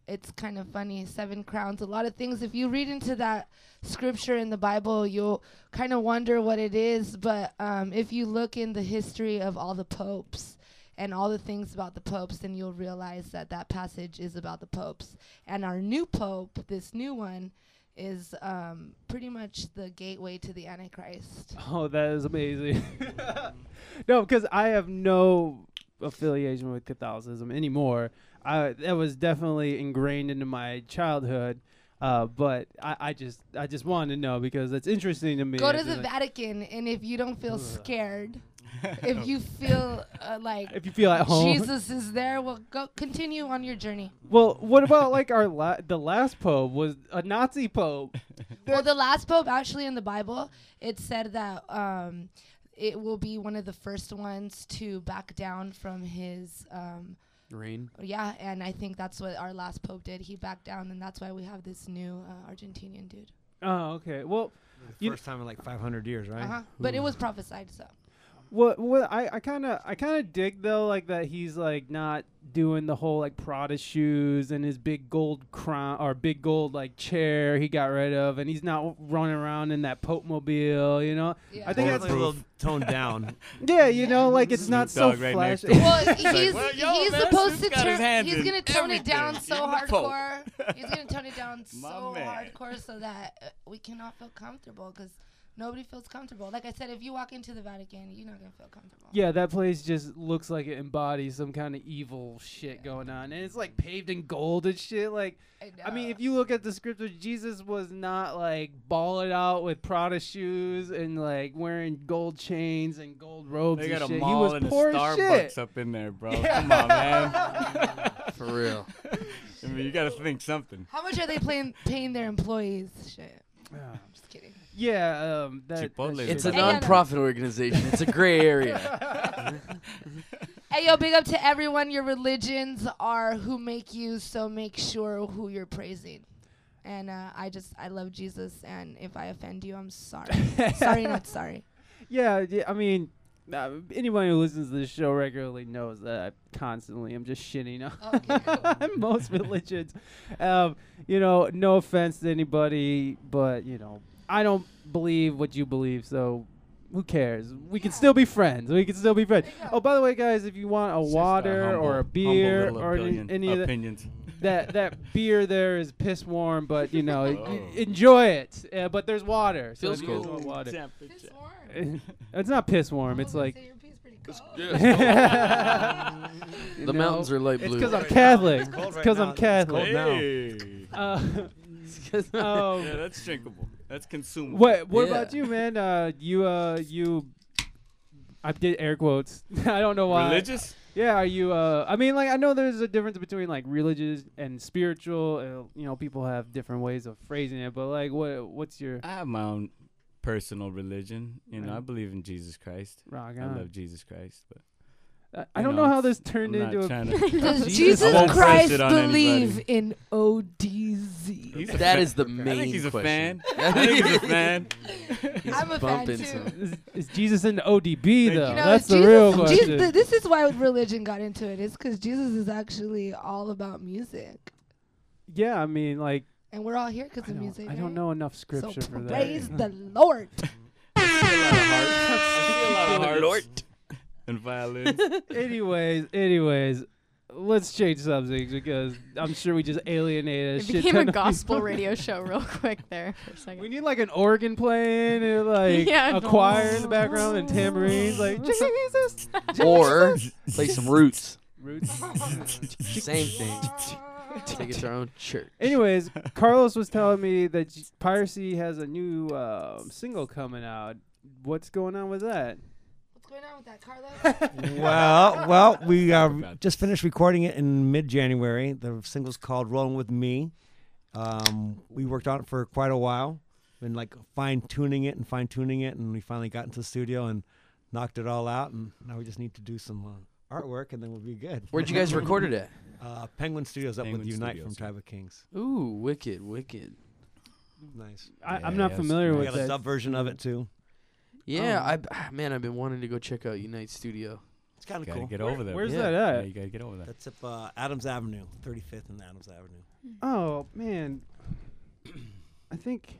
Speaker 9: it's kind of funny. Seven crowns, a lot of things. If you read into that scripture in the Bible, you'll kind of wonder what it is. But um, if you look in the history of all the popes and all the things about the popes, then you'll realize that that passage is about the popes. And our new pope, this new one, is um, pretty much the gateway to the Antichrist.
Speaker 2: Oh, that is amazing. no, because I have no affiliation with Catholicism anymore. I, that was definitely ingrained into my childhood. Uh, but I, I just I just wanted to know because that's interesting to me.
Speaker 9: Go
Speaker 2: I
Speaker 9: to
Speaker 2: just
Speaker 9: the
Speaker 2: like-
Speaker 9: Vatican, and if you don't feel scared, if you feel uh, like
Speaker 2: if you feel at home.
Speaker 9: Jesus is there, well, go continue on your journey.
Speaker 2: Well, what about like our la- the last pope was a Nazi pope?
Speaker 9: well, the last pope actually in the Bible, it said that um, it will be one of the first ones to back down from his. Um,
Speaker 4: Rain.
Speaker 9: yeah, and I think that's what our last pope did. He backed down, and that's why we have this new uh, Argentinian dude.
Speaker 2: Oh, okay. Well, You- Hmm.
Speaker 8: First time in like 500 years, right?
Speaker 9: Uh-huh. But it was prophesied, so.
Speaker 2: What what I I kind of I kind of dig though like that he's like not doing the whole like Prada shoes and his big gold crown or big gold like chair he got rid of and he's not running around in that Pope mobile you know
Speaker 9: Yeah.
Speaker 2: I think that's
Speaker 8: Definitely a little toned down.
Speaker 2: yeah you know like it's not so
Speaker 7: Snoop Dogg right next
Speaker 2: flashy
Speaker 7: door.
Speaker 9: Well, he's
Speaker 7: "Well, yo,
Speaker 9: he's
Speaker 7: man,
Speaker 9: supposed
Speaker 7: Snoop's
Speaker 9: to
Speaker 7: got
Speaker 9: turn.
Speaker 7: his hands
Speaker 9: He's
Speaker 7: in
Speaker 9: gonna tone it down
Speaker 7: everything.
Speaker 9: so
Speaker 7: He's the Pope.
Speaker 9: hardcore. He's gonna tone it down
Speaker 7: My
Speaker 9: so
Speaker 7: man.
Speaker 9: hardcore so that uh, we cannot feel comfortable because nobody feels comfortable. Like I said, if you walk into the Vatican, you're not gonna feel comfortable.
Speaker 2: yeah that place just looks like it embodies some kind of evil shit going on and it's like paved in gold and shit like I mean, if you look at the scriptures, Jesus was not like balling out with Prada shoes and like wearing gold chains and gold robes
Speaker 7: They
Speaker 2: and
Speaker 7: got a
Speaker 2: shit. he
Speaker 7: mall
Speaker 2: was
Speaker 7: and a
Speaker 2: poor as
Speaker 7: Starbucks
Speaker 2: shit.
Speaker 7: up in there, bro. Come on, man.
Speaker 4: For real.
Speaker 7: I mean, you gotta think something.
Speaker 9: how much are they playing, paying their employees? Shit,
Speaker 2: Yeah.
Speaker 9: I'm just kidding.
Speaker 2: Yeah, um, that, that
Speaker 7: Chipotle
Speaker 2: shit-
Speaker 7: is
Speaker 4: It's a
Speaker 9: Hey, no, no.
Speaker 4: non-profit organization. It's a gray area.
Speaker 9: Hey yo, big up to everyone. Your religions are who make you, so make sure who you're praising. And uh, I just I love Jesus, and if I offend you, I'm sorry. sorry, not sorry.
Speaker 2: yeah, yeah, I mean, uh, anyone who listens to this show regularly knows that I constantly am just shitting on most religions. Um, you know, no offense to anybody, but you know, I don't believe what you believe, so who cares? We can still be friends. We can still be friends. Oh, by the way, guys, if you want a
Speaker 7: It's just
Speaker 2: water
Speaker 7: humble-
Speaker 2: or a
Speaker 7: humble
Speaker 2: beer
Speaker 7: little
Speaker 2: or any,
Speaker 7: opinion-
Speaker 2: any of that,
Speaker 7: opinions.
Speaker 2: that that beer there is piss warm, but you know, y- y-
Speaker 7: Oh.
Speaker 2: enjoy it. Uh, but there's water. So
Speaker 4: Feels
Speaker 2: if you guys
Speaker 4: cool.
Speaker 2: want water.
Speaker 7: Temperature.
Speaker 2: It's not piss warm.
Speaker 8: Oh,
Speaker 2: It's like
Speaker 4: The mountains are light
Speaker 2: It's
Speaker 4: blue.
Speaker 2: because I'm
Speaker 8: Right now.
Speaker 2: Catholic.
Speaker 8: It's cold
Speaker 2: It's
Speaker 8: right
Speaker 2: because
Speaker 8: now.
Speaker 2: I'm
Speaker 8: It's cold.
Speaker 2: Catholic.
Speaker 7: Hey.
Speaker 2: Uh,
Speaker 7: Yeah,
Speaker 2: um,
Speaker 7: that's drinkable. That's consumable.
Speaker 2: what What
Speaker 4: Yeah.
Speaker 2: about you, man? Uh, you uh, you. I did air quotes. I don't know why.
Speaker 7: Religious?
Speaker 2: Yeah, are you? Uh, I mean, like, I know there's a difference between like religious and spiritual. Uh, you know, people have different ways of phrasing it, but like, what what's your
Speaker 7: I have my own personal religion. You know, I believe in Jesus Christ.
Speaker 2: rock?
Speaker 7: I
Speaker 2: on?
Speaker 7: love Jesus Christ, but
Speaker 2: I, I
Speaker 7: you
Speaker 2: don't
Speaker 7: know,
Speaker 2: know how
Speaker 7: it's-
Speaker 2: this turned
Speaker 7: I'm
Speaker 2: into
Speaker 7: not
Speaker 2: a
Speaker 7: trying to.
Speaker 9: Does
Speaker 4: Jesus
Speaker 9: Jesus
Speaker 4: I won't
Speaker 7: force
Speaker 9: Christ
Speaker 7: it on anybody.
Speaker 9: believe in ODZ?
Speaker 7: He's a
Speaker 4: That
Speaker 7: fan.
Speaker 4: is the
Speaker 7: I think
Speaker 4: main
Speaker 7: he's a
Speaker 4: question.
Speaker 7: fan. I think he's a fan.
Speaker 4: He's
Speaker 9: I'm a fan
Speaker 4: bumping
Speaker 9: too.
Speaker 4: some-
Speaker 2: is, is Jesus into ODB though?
Speaker 9: You know,
Speaker 2: That's the
Speaker 9: Jesus-
Speaker 2: real
Speaker 9: Je-
Speaker 2: question.
Speaker 9: th- this is why religion got into it. It's because Jesus is actually all about music,
Speaker 2: yeah, I mean, like,
Speaker 9: and we're all here because
Speaker 2: I
Speaker 9: of
Speaker 2: don't,
Speaker 9: music.
Speaker 2: I don't know enough
Speaker 9: right?
Speaker 2: scripture
Speaker 9: so
Speaker 2: for that.
Speaker 9: praise the Lord.
Speaker 7: I see a lot of hearts and violins.
Speaker 2: anyways, anyways, let's change subjects because I'm sure we just alienated.
Speaker 3: It
Speaker 2: shit
Speaker 3: became a
Speaker 2: ton of
Speaker 3: gospel
Speaker 2: people.
Speaker 3: radio show real quick there for a second.
Speaker 2: We need like an organ playing and like
Speaker 3: Yeah.
Speaker 2: a choir in the background and tambourines, like Jesus.
Speaker 4: Or play some roots.
Speaker 2: Roots.
Speaker 4: Same thing. Take it to our own church.
Speaker 2: Anyways, Carlos was telling me that J- Piracy has a new um single coming out. What's going on with that?
Speaker 9: What's going on with that, Carlos?
Speaker 8: well, well, we uh,
Speaker 7: about
Speaker 8: just finished recording it in mid-January. The single's called "Rolling with Me." Um, we worked on it for quite a while, been like fine tuning it and fine tuning it, and we finally got into the studio and knocked it all out. And now we just need to do some uh, artwork, and then we'll be good.
Speaker 4: Where'd you guys record it at?
Speaker 8: Uh, Penguin Studios up
Speaker 7: Penguin
Speaker 8: with Unite
Speaker 7: Studios,
Speaker 8: from Tribe of Kings.
Speaker 4: Ooh, wicked, wicked.
Speaker 8: Nice.
Speaker 2: I, I'm
Speaker 7: Yeah,
Speaker 2: not
Speaker 7: yeah,
Speaker 2: familiar
Speaker 7: so-
Speaker 8: We
Speaker 2: with
Speaker 8: got a
Speaker 2: that.
Speaker 8: dub version of it too.
Speaker 4: Yeah,
Speaker 2: Um,
Speaker 4: I b- ah, man, I've been wanting to go check out Unite Studio.
Speaker 8: It's kind of
Speaker 7: Gotta
Speaker 8: cool.
Speaker 7: get over there.
Speaker 2: Where's
Speaker 4: Yeah.
Speaker 2: that
Speaker 7: Yeah,
Speaker 2: at?
Speaker 7: you gotta get over that.
Speaker 8: That's up uh, Adams Avenue, 35th and Adams Avenue.
Speaker 4: Mm-hmm.
Speaker 2: Oh man, I think.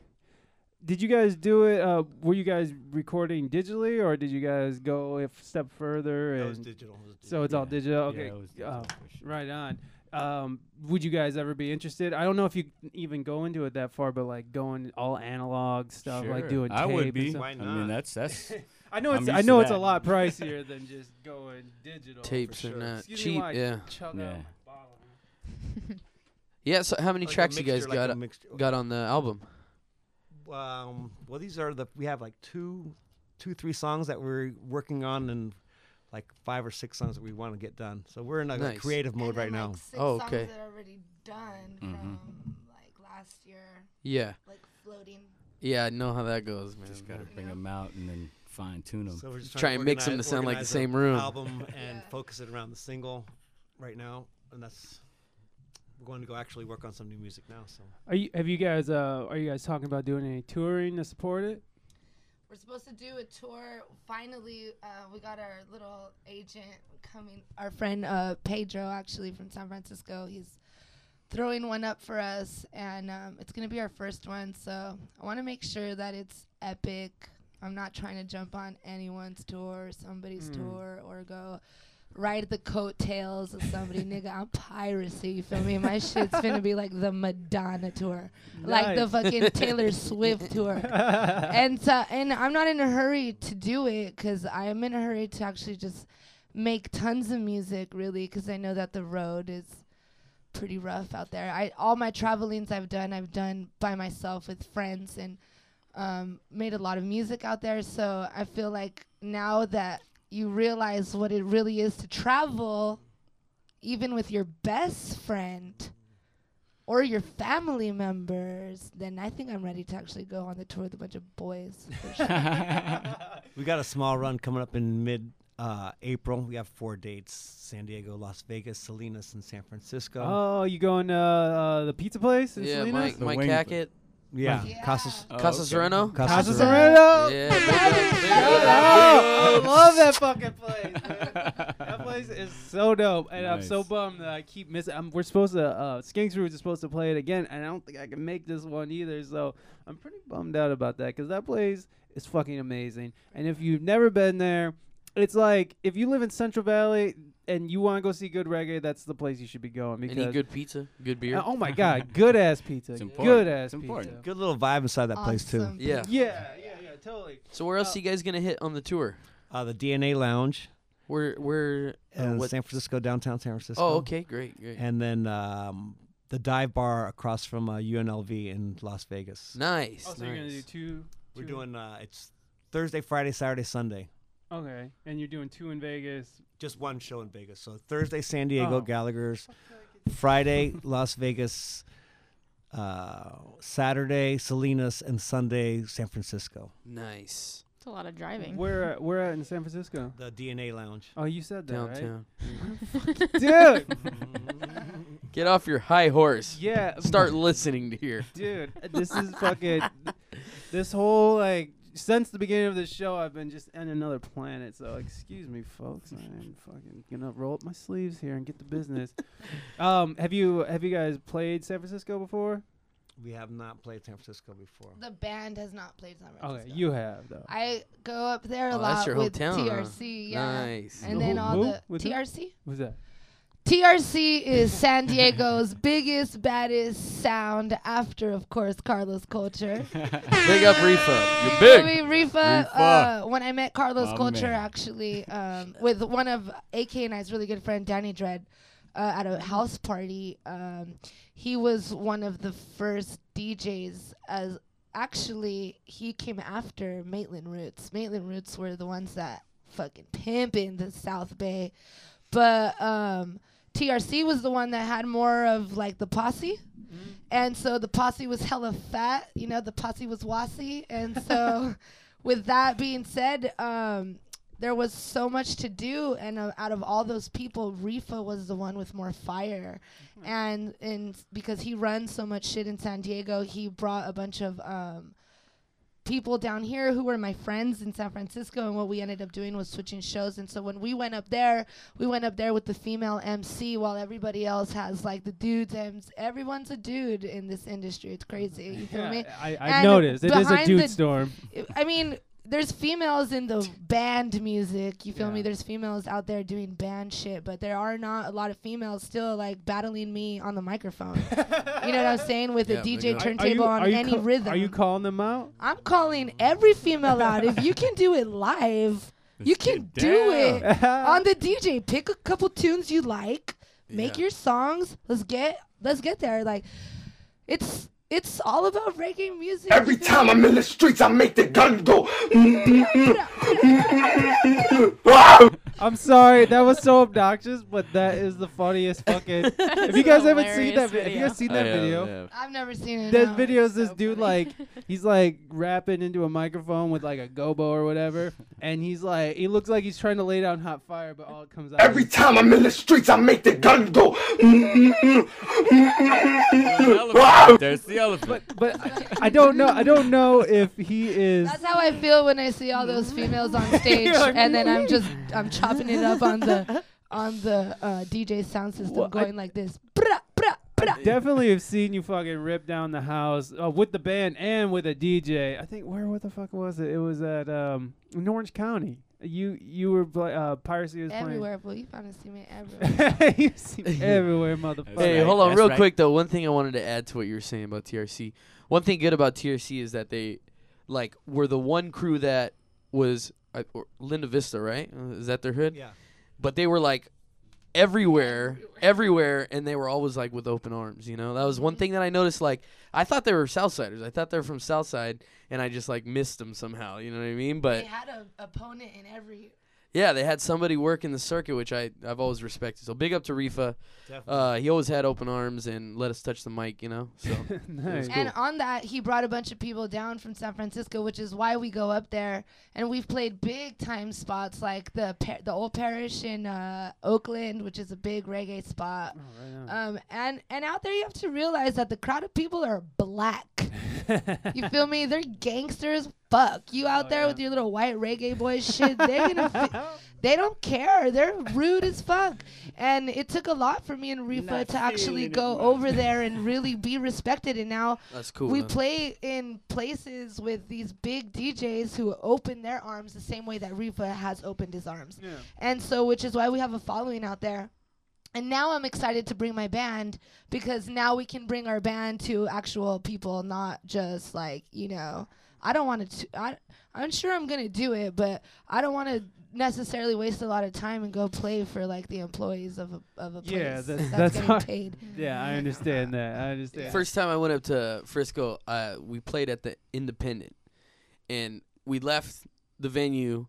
Speaker 2: Did you guys do it? Uh, were you guys recording digitally, or did you guys go a f- step further?
Speaker 8: That
Speaker 2: And
Speaker 8: was digital. it was
Speaker 2: so it's all
Speaker 7: Yeah.
Speaker 2: digital.
Speaker 7: Yeah,
Speaker 2: Okay,
Speaker 7: that was-
Speaker 2: oh,
Speaker 7: that's for sure.
Speaker 2: right on. um, would you guys ever be interested? I don't know if you even go into it that far, but like going all analog stuff, like
Speaker 7: Sure.
Speaker 2: doing
Speaker 7: I
Speaker 2: tape
Speaker 7: would
Speaker 2: and
Speaker 7: be.
Speaker 2: stuff.
Speaker 7: I
Speaker 10: not?
Speaker 7: mean, that's that's.
Speaker 2: I know
Speaker 7: I'm
Speaker 2: it's I
Speaker 7: used to
Speaker 2: know it's a
Speaker 7: that.
Speaker 2: lot pricier than just going digital. for
Speaker 4: Tapes are
Speaker 2: sure.
Speaker 4: not
Speaker 2: Excuse
Speaker 4: cheap,
Speaker 2: Me while I
Speaker 4: yeah.
Speaker 2: chug out
Speaker 7: Yeah.
Speaker 2: my bottle.
Speaker 4: Yeah. So how many
Speaker 8: Like a
Speaker 4: tracks you guys
Speaker 8: mixture, like a
Speaker 4: got
Speaker 8: mixture.
Speaker 4: got on the album?
Speaker 8: Um, well, these are the we have like two, two, three songs that we're working on, and like five or six songs that we want to get done. So we're in a
Speaker 4: Nice.
Speaker 8: creative mode
Speaker 9: And
Speaker 8: right
Speaker 9: then,
Speaker 8: now.
Speaker 9: Like six
Speaker 4: Oh,
Speaker 9: songs
Speaker 4: okay.
Speaker 9: that are already done from like last year,
Speaker 4: Yeah.
Speaker 9: like floating.
Speaker 4: Yeah, I know how that goes, man.
Speaker 7: Just gotta bring them out and then fine tune them.
Speaker 8: So we're just
Speaker 4: Try
Speaker 8: trying
Speaker 4: and
Speaker 8: to
Speaker 4: mix 'em
Speaker 8: organize-
Speaker 4: to sound like the
Speaker 8: organize
Speaker 4: same
Speaker 8: a
Speaker 4: room.
Speaker 8: Album and focus it around the single, right now, and that's we're going to go actually work on some new music now. So
Speaker 2: Are you have you guys uh are you guys talking about doing any touring to support it?
Speaker 9: We're supposed to do a tour. Finally, uh, we got our little agent coming. Our friend uh, Pedro, actually from San Francisco, he's throwing one up for us, and um, it's gonna be our first one. So I want to make sure that it's epic. I'm not trying to jump on anyone's tour, somebody's tour, or go ride the coattails of somebody. Nigga, I'm piracy. You feel me? My shit's gonna be like the Madonna tour, like the
Speaker 2: Nice.
Speaker 9: fucking Taylor Swift tour and so and I'm not in a hurry to do it because I am in a hurry to actually just make tons of music really because I know that the road is pretty rough out there. I all my travelings I've done I've done by myself with friends and um, made a lot of music out there. So I feel like now that you realize what it really is to travel, even with your best friend or your family members, then I think I'm ready to actually go on the tour with a bunch of boys.
Speaker 8: we got a small run coming up in mid. Uh, April, we have four dates: San Diego, Las Vegas, Salinas, and San Francisco.
Speaker 2: Oh, you going to uh, uh, the pizza place? in
Speaker 4: Yeah,
Speaker 2: Salinas?
Speaker 4: Mike,
Speaker 7: The
Speaker 4: Mike
Speaker 7: wing-
Speaker 4: Hackett,
Speaker 8: yeah,
Speaker 9: Yeah.
Speaker 8: Casas,
Speaker 7: Oh,
Speaker 4: Casa
Speaker 7: okay.
Speaker 4: Sereno.
Speaker 2: Casa
Speaker 8: Casas-
Speaker 2: Sereno.
Speaker 4: Yeah.
Speaker 2: Oh, I love that fucking place. Man. That place is so dope, and I'm so
Speaker 7: Nice.
Speaker 2: bummed that I keep missing. I'm, we're supposed to uh, Skinks Roots is supposed to play it again, and I don't think I can make this one either. So I'm pretty bummed out about that because that place is fucking amazing. And if you've never been there, it's like if you live in Central Valley and you want to go see good reggae, that's the place you should be going because.
Speaker 4: Any good pizza? Good beer?
Speaker 2: Uh, oh my god, good ass pizza.
Speaker 7: It's important.
Speaker 2: Good ass
Speaker 7: It's
Speaker 2: pizza.
Speaker 7: important.
Speaker 8: good little vibe inside that place too.
Speaker 9: Awesome.
Speaker 4: Yeah.
Speaker 2: Yeah, yeah, yeah, totally. Uh,
Speaker 4: So where else you guys gonna hit on the tour?
Speaker 8: Uh, the DNA Lounge
Speaker 4: Where where? uh,
Speaker 8: in
Speaker 4: what-
Speaker 8: San Francisco, downtown San Francisco.
Speaker 4: oh, okay, great, great.
Speaker 8: And then um, the dive bar across from uh, UNLV in Las Vegas.
Speaker 4: Nice.
Speaker 2: Oh, so you're gonna do
Speaker 4: nice.
Speaker 2: two.
Speaker 8: We're
Speaker 2: two-
Speaker 8: doing uh, it's Thursday, Friday, Saturday, Sunday.
Speaker 2: Okay, and you're doing two in Vegas.
Speaker 8: Just one show in Vegas. So Thursday, San Diego,
Speaker 2: Oh.
Speaker 8: Gallagher's. Friday, Las Vegas. Uh, Saturday, Salinas, and Sunday, San Francisco.
Speaker 4: nice.
Speaker 3: It's a lot of driving.
Speaker 2: Where at- where at in San Francisco?
Speaker 8: The DNA Lounge.
Speaker 2: Oh, you said that
Speaker 4: Downtown.
Speaker 2: right, dude.
Speaker 4: Get off your high horse.
Speaker 2: yeah,
Speaker 4: Start listening to here.
Speaker 2: dude. This is fucking. This whole like since the beginning of this show, I've been just on another planet. So excuse me, folks. I'm fucking gonna roll up my sleeves here and get the business. um, have you have you guys played San Francisco before?
Speaker 8: We have not played San Francisco before.
Speaker 9: The band has not played San Francisco.
Speaker 2: Okay, you have though.
Speaker 9: I go up there a
Speaker 4: Oh,
Speaker 9: lot
Speaker 4: that's your
Speaker 9: with
Speaker 4: hometown, huh?
Speaker 9: TRC. Yeah.
Speaker 4: Nice.
Speaker 9: And then
Speaker 2: Who-
Speaker 9: all
Speaker 2: who?
Speaker 9: the
Speaker 2: With who?
Speaker 9: TRC.
Speaker 2: What's that?
Speaker 9: TRC is San Diego's biggest, baddest sound after, of course, Carlos Culture.
Speaker 4: Big up Refa. You're big.
Speaker 9: Louis Rifa,
Speaker 7: Rifa.
Speaker 9: Uh, when I met Carlos
Speaker 7: My
Speaker 9: Culture,
Speaker 7: man.
Speaker 9: actually, um, with one of AK and I's really good friend, Danny Dredd, uh, at a house party, um, he was one of the first DJs as actually he came after Maitland Roots. Maitland Roots were the ones that fucking pimping the South Bay. But um, TRC was the one that had more of like the posse. And so the posse was hella fat, you know, the posse was wassy. And so, with that being said, um, there was so much to do. And uh, out of all those people, Rifa was the one with more fire.
Speaker 2: Mm-hmm.
Speaker 9: And, and because he runs so much shit in San Diego, he brought a bunch of um, people down here who were my friends in San Francisco. And what we ended up doing was switching shows. And so, when we went up there, we went up there with the female MC while everybody else has like the dudes. And everyone's a dude in this industry. It's crazy. You feel me?
Speaker 2: I, I
Speaker 9: And
Speaker 2: noticed it is a
Speaker 9: behind
Speaker 2: dude
Speaker 9: the-
Speaker 2: storm.
Speaker 9: I mean, there's females in the band music. You feel
Speaker 2: Yeah.
Speaker 9: me? There's females out there doing band shit, but there are not a lot of females still like battling me on the microphone. you know what I'm saying? With
Speaker 4: Yeah,
Speaker 9: a
Speaker 4: there
Speaker 9: DJ
Speaker 4: you go.
Speaker 9: turntable on any
Speaker 2: ca-
Speaker 9: rhythm.
Speaker 2: Are you calling them out?
Speaker 9: I'm calling every female out. If you can do it live, you
Speaker 7: Let's
Speaker 9: can
Speaker 7: get
Speaker 9: do
Speaker 7: down.
Speaker 9: it on the DJ. Pick a couple tunes you like. Make
Speaker 4: Yeah.
Speaker 9: your songs. Let's get let's get there. Like it's it's all about reggae music.
Speaker 10: Every time I'm in the streets, I make the gun go. Wow.
Speaker 2: I'm sorry, that was so obnoxious, but that is the funniest fucking. if you guys haven't seen that,
Speaker 3: hilarious
Speaker 2: vi- if you
Speaker 3: video.
Speaker 2: guys seen
Speaker 7: Oh,
Speaker 2: that video,
Speaker 9: I've never seen it.
Speaker 2: there's
Speaker 9: no.
Speaker 2: videos. This
Speaker 3: so
Speaker 2: dude
Speaker 3: funny.
Speaker 2: like he's like rapping into a microphone with like a gobo or whatever, and he's like he looks like he's trying to lay down hot fire, but all it comes out.
Speaker 10: Every
Speaker 2: is-
Speaker 10: time I'm in the streets, I make the gun go. Mm-hmm. Wow.
Speaker 7: Elephant. There's the elephant.
Speaker 2: but I, I don't know. I don't know if he is.
Speaker 9: That's how I feel when I see all those females on stage, and then I'm just I'm chopping it up on the on the uh, DJ sound system,
Speaker 2: Well, I-
Speaker 9: going like this. Brah, brah, brah.
Speaker 2: Definitely have seen you fucking rip down the house uh, with the band and with a DJ. I think where what the fuck was it? It was at um in Orange County. You you were pla uh, piracy was
Speaker 9: Everywhere, boy, you found to see me everywhere.
Speaker 2: playing. you see me everywhere, motherfucker.
Speaker 4: Hey,
Speaker 7: right,
Speaker 4: hold on,
Speaker 7: that's
Speaker 4: real
Speaker 7: right.
Speaker 4: quick though. One thing I wanted to add to what you were saying about TRC. One thing good about TRC is that they, like, were the one crew that was uh, or Linda Vista, right? Uh, Is that their hood?
Speaker 8: Yeah.
Speaker 4: But they were like everywhere, everywhere, and they were always like with open arms. You know, that was one thing that I noticed. Like, I thought they were Southsiders. I thought they were from Southside, and I just like missed them somehow. You know what I mean? But
Speaker 9: They had an opponent in every.
Speaker 4: yeah, they had somebody work in the circuit, which I I've always respected. So big up to Rifa. Uh, he always had open arms and let us touch the mic, you know. So
Speaker 2: nice.
Speaker 9: And on that, he brought a bunch of people down from San Francisco, which is why we go up there. And we've played big time spots like the par- the old parish in uh, Oakland, which is a big reggae spot.
Speaker 2: Oh.
Speaker 9: Um, and and out there, you have to realize that the crowd of people are black. you feel me? They're gangsters. Fuck you
Speaker 4: Oh,
Speaker 9: out there with your little white reggae boy shit. They're gonna. Fi- they don't care. They're rude as fuck. And it took a lot for me and Rifa to actually go over there and really be respected. And now
Speaker 4: that's cool.
Speaker 9: we
Speaker 4: man.
Speaker 9: play in places with these big DJs who open their arms the same way that Rifa has opened his arms. And so, which is why we have a following out there. And now I'm excited to bring my band because now we can bring our band to actual people, not just like, you know, I don't want to, I, I'm sure I'm going to do it, but I don't want to necessarily waste a lot of time and go play for like the employees of a, of a place
Speaker 2: Yeah, that's-
Speaker 9: that's,
Speaker 2: that's
Speaker 9: getting
Speaker 2: hard.
Speaker 9: paid.
Speaker 2: yeah, I understand that. I understand.
Speaker 4: First time I went up to Frisco, uh, we played at the Independent, and we left the venue,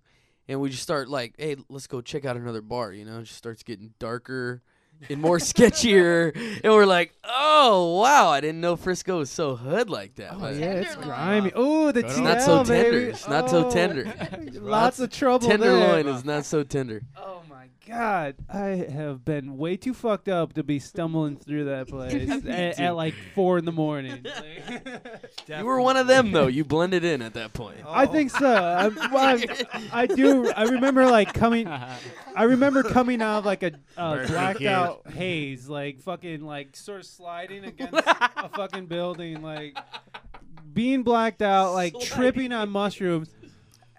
Speaker 4: and we just start like, hey, let's go check out another bar. You know, it just starts getting darker and more sketchier, and we're like, oh wow, I didn't know Frisco was so hood like that.
Speaker 2: Oh,
Speaker 4: But
Speaker 2: yeah, it's
Speaker 9: Tenderloin.
Speaker 2: grimy. Oh, the TL,
Speaker 7: It's
Speaker 4: Not so
Speaker 2: baby.
Speaker 4: tender. It's not so
Speaker 2: Oh,
Speaker 4: tender.
Speaker 2: Lots of trouble there.
Speaker 4: Tenderloin is not so tender.
Speaker 2: Oh my god, I have been way too fucked up to be stumbling through that place at, at like four in the morning.
Speaker 4: You were one of them though. You blended in at that point.
Speaker 2: I think so. I, well, I, I do. I remember like coming. I remember coming out of like a uh,
Speaker 7: Mercy
Speaker 2: blacked
Speaker 7: kid.
Speaker 2: out haze, like fucking like sort of sliding against a fucking building, like being blacked out, like tripping on mushrooms.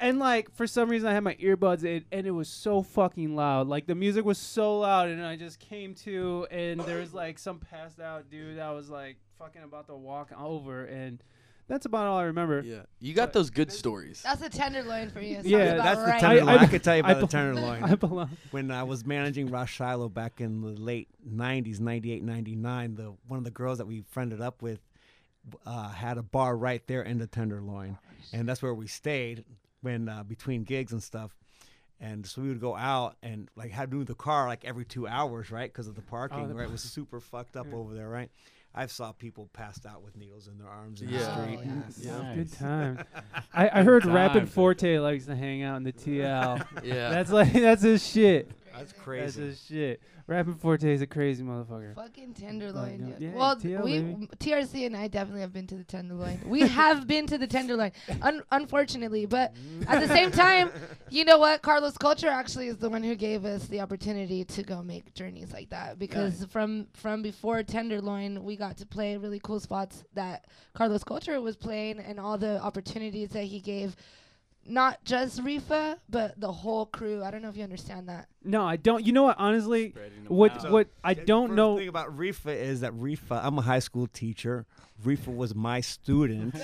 Speaker 2: And like for some reason I had my earbuds in and it was so fucking loud. Like the music was so loud and I just came to and there was like some passed out dude that was like fucking about to walk over and that's about all I remember.
Speaker 4: Yeah, you got those good stories.
Speaker 9: That's a tenderloin for you. Sounds
Speaker 2: Yeah,
Speaker 9: about
Speaker 8: That's
Speaker 9: right.
Speaker 8: the tenderloin. I,
Speaker 2: I-
Speaker 8: could tell you
Speaker 2: I
Speaker 8: about the
Speaker 2: bel-
Speaker 8: tenderloin.
Speaker 2: I belong.
Speaker 8: when I was managing Ross Shiloh back in the late 90s, 98, 99, the, one of the girls that we friended up with uh, had a bar right there in the Tenderloin. And that's where we stayed when uh, between gigs and stuff. And so we would go out and like had to move the car like every two hours, right? Because of the parking,
Speaker 2: Oh,
Speaker 8: right? It was super fucked up over there, right? I've saw people passed out with needles in their arms in
Speaker 4: Yeah.
Speaker 8: the
Speaker 2: Oh,
Speaker 8: street.
Speaker 2: Good time. I, I heard
Speaker 7: Good
Speaker 2: Rapid
Speaker 7: time.
Speaker 2: Forte likes to hang out in the TL.
Speaker 4: Yeah.
Speaker 2: That's like that's his shit.
Speaker 8: That's
Speaker 2: That's
Speaker 8: crazy.
Speaker 2: his shit. Rapid Forte is a crazy motherfucker.
Speaker 9: Fucking tenderloin.
Speaker 2: Like, uh,
Speaker 9: dude.
Speaker 2: yeah,
Speaker 9: well,
Speaker 2: TL,
Speaker 9: we
Speaker 2: baby.
Speaker 9: TRC and I definitely have been to the tenderloin. We have been to the tenderloin, un- unfortunately, but at the same time, you know what? Carlos Culture actually is the one who gave us the opportunity to go make journeys like that because from from before tenderloin, we got to play really cool spots that Carlos Culture was playing and all the opportunities that he gave not just Rifa, but the whole crew. I don't know if you understand that.
Speaker 2: No, I don't. You know what? Honestly, what what I don't know.
Speaker 8: The thing about Rifa is that Rifa, I'm a high school teacher. Rifa was my student.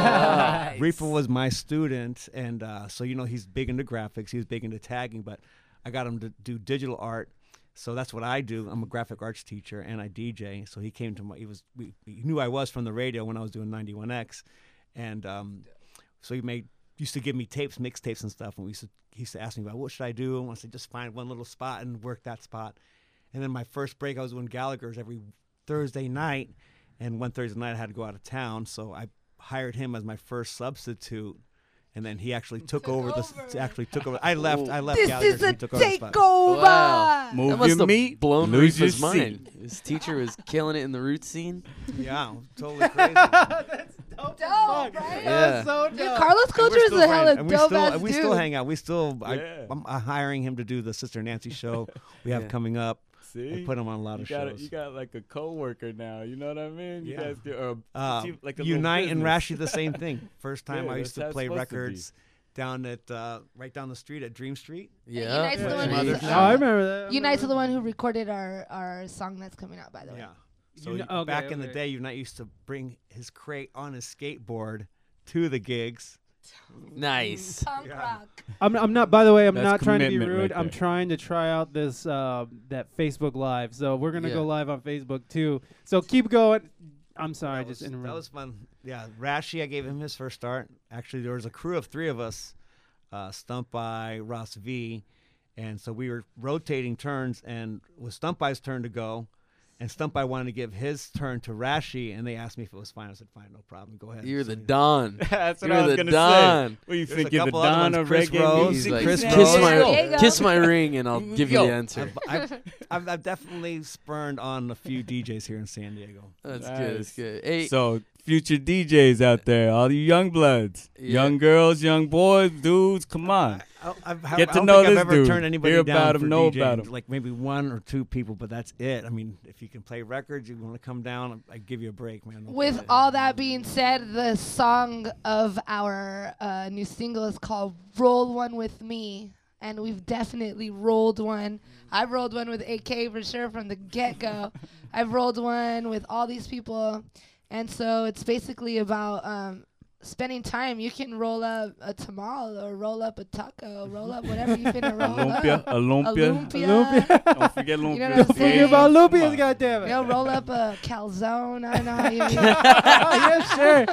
Speaker 2: Nice.
Speaker 8: Rifa was my student, and uh, so you know he's big into graphics. He was big into tagging, but I got him to do digital art. So that's what I do. I'm a graphic arts teacher and I DJ. So he came to my. He was. We, he knew I was from the radio when I was doing 91X, and um, so he made used to give me tapes, mixtapes and stuff, and we used to, he used to ask me about what should I do. And I said, just find one little spot and work that spot. And then my first break, I was doing Gallagher's every Thursday night, and one Thursday night I had to go out of town, so I hired him as my first substitute. And then he actually took, over, the actually took over. I left. I left.
Speaker 9: This
Speaker 8: Gallagher's,
Speaker 9: is
Speaker 8: and
Speaker 9: a
Speaker 8: he took over the spot.
Speaker 9: takeover.
Speaker 4: Wow.
Speaker 9: Move
Speaker 4: that must
Speaker 8: your
Speaker 4: have
Speaker 8: meat,
Speaker 4: blown
Speaker 8: lose
Speaker 4: Reefa's
Speaker 8: your seat.
Speaker 4: mind. His teacher was killing it in the root scene.
Speaker 8: Yeah, totally crazy.
Speaker 9: Dope, right?
Speaker 4: Yeah.
Speaker 2: so dope.
Speaker 9: Dude, Carlos Culture is a hella
Speaker 8: and
Speaker 9: dope
Speaker 8: we still,
Speaker 9: ass
Speaker 8: and
Speaker 9: dude.
Speaker 8: we still hang out. We still,
Speaker 7: Yeah.
Speaker 8: I, I'm uh, hiring him to do the Sister Nancy show we have
Speaker 4: Yeah.
Speaker 8: coming up.
Speaker 7: See,
Speaker 8: I put him on a lot
Speaker 7: you
Speaker 8: of
Speaker 7: got
Speaker 8: shows.
Speaker 7: you got like a coworker now. You know what I mean? You
Speaker 8: Yeah.
Speaker 7: guys get or a-
Speaker 8: Uh,
Speaker 7: see, like a little
Speaker 8: Unite and
Speaker 7: business.
Speaker 8: Rashi the same thing. First time
Speaker 7: Yeah,
Speaker 8: I used
Speaker 7: that's how
Speaker 8: to
Speaker 7: it's
Speaker 8: play
Speaker 7: supposed to be.
Speaker 8: records down at uh, right down the street at Dream Street.
Speaker 4: Yeah.
Speaker 9: Unite's the one
Speaker 8: Yeah.
Speaker 9: who's,
Speaker 8: Mother's
Speaker 2: Oh,
Speaker 9: uh,
Speaker 8: Night.
Speaker 2: I remember that.
Speaker 9: Unite's the one who recorded our, our song that's coming out, by the way.
Speaker 8: Yeah. So
Speaker 2: Uni-
Speaker 8: you-
Speaker 2: okay,
Speaker 8: back in the
Speaker 2: okay.
Speaker 8: day, Unite used to bring his crate on his skateboard to the gigs.
Speaker 4: Nice.
Speaker 9: Punk
Speaker 8: Yeah.
Speaker 9: rock.
Speaker 2: I'm, I'm not. By the way, I'm
Speaker 7: That's
Speaker 2: not trying to be
Speaker 7: commitment
Speaker 2: rude.
Speaker 7: right
Speaker 2: I'm
Speaker 7: there.
Speaker 2: trying to try out this uh, that Facebook Live. So we're gonna go
Speaker 4: Yeah.
Speaker 2: live on Facebook too. So keep going. I'm sorry, I
Speaker 8: that was,
Speaker 2: just interrupted.
Speaker 8: that was fun. Yeah, Rashi, I gave him his first start. Actually, there was a crew of three of us, uh, Stump by Ross V, and so we were rotating turns, and it was Stump by's turn to go, and Stump by wanted to give his turn to Rashi, and they asked me if it was fine. I said, "Fine, no problem. Go ahead."
Speaker 4: You're the
Speaker 8: So, yeah.
Speaker 4: don.
Speaker 7: That's what
Speaker 4: You're
Speaker 7: I was
Speaker 4: the
Speaker 7: gonna
Speaker 4: Don.
Speaker 7: say. What do you
Speaker 8: There's a
Speaker 7: think? You're the
Speaker 8: couple other
Speaker 7: Don
Speaker 8: ones,
Speaker 7: of
Speaker 8: Chris
Speaker 7: reggae
Speaker 8: Rose.
Speaker 4: He's
Speaker 7: music.
Speaker 4: like,
Speaker 8: Chris
Speaker 4: kiss
Speaker 8: Rose.
Speaker 9: There you
Speaker 4: my
Speaker 9: go.
Speaker 4: kiss my ring and I'll give you
Speaker 7: Yo.
Speaker 4: the answer.
Speaker 8: I've, I've, I've definitely spurned on a few DJs here in San Diego.
Speaker 4: That's good. That's
Speaker 7: Nice.
Speaker 4: good. Hey,
Speaker 7: So, future DJs out there, all you young bloods,
Speaker 4: Yeah.
Speaker 7: young girls, young boys, dudes, come on.
Speaker 8: I, I've, I
Speaker 7: Get to
Speaker 8: don't
Speaker 7: know
Speaker 8: think I've
Speaker 7: this
Speaker 8: ever
Speaker 7: dude.
Speaker 8: turned anybody
Speaker 7: Hear
Speaker 8: down
Speaker 7: about him,
Speaker 8: for
Speaker 7: know
Speaker 8: DJing,
Speaker 7: about him.
Speaker 8: Like maybe one or two people, but that's it. I mean, if you can play records, you want to come down, I give you a break, man.
Speaker 9: With all that being said, the song of our uh, new single is called Roll One With Me. And we've definitely rolled one.
Speaker 7: Mm-hmm.
Speaker 9: I've rolled one with AK for sure from the get go. I've rolled one with all these people. And so it's basically about um, spending time. You can roll up a tamal or roll up a taco, roll up whatever you finna roll
Speaker 7: Olympia,
Speaker 9: up.
Speaker 7: Olympia.
Speaker 9: Olympia.
Speaker 7: Don't forget Olympia.
Speaker 9: what I'm saying?
Speaker 2: Forget about Lupias, goddammit.
Speaker 9: You know, roll up a calzone. I don't know how you mean
Speaker 2: yeah, sure.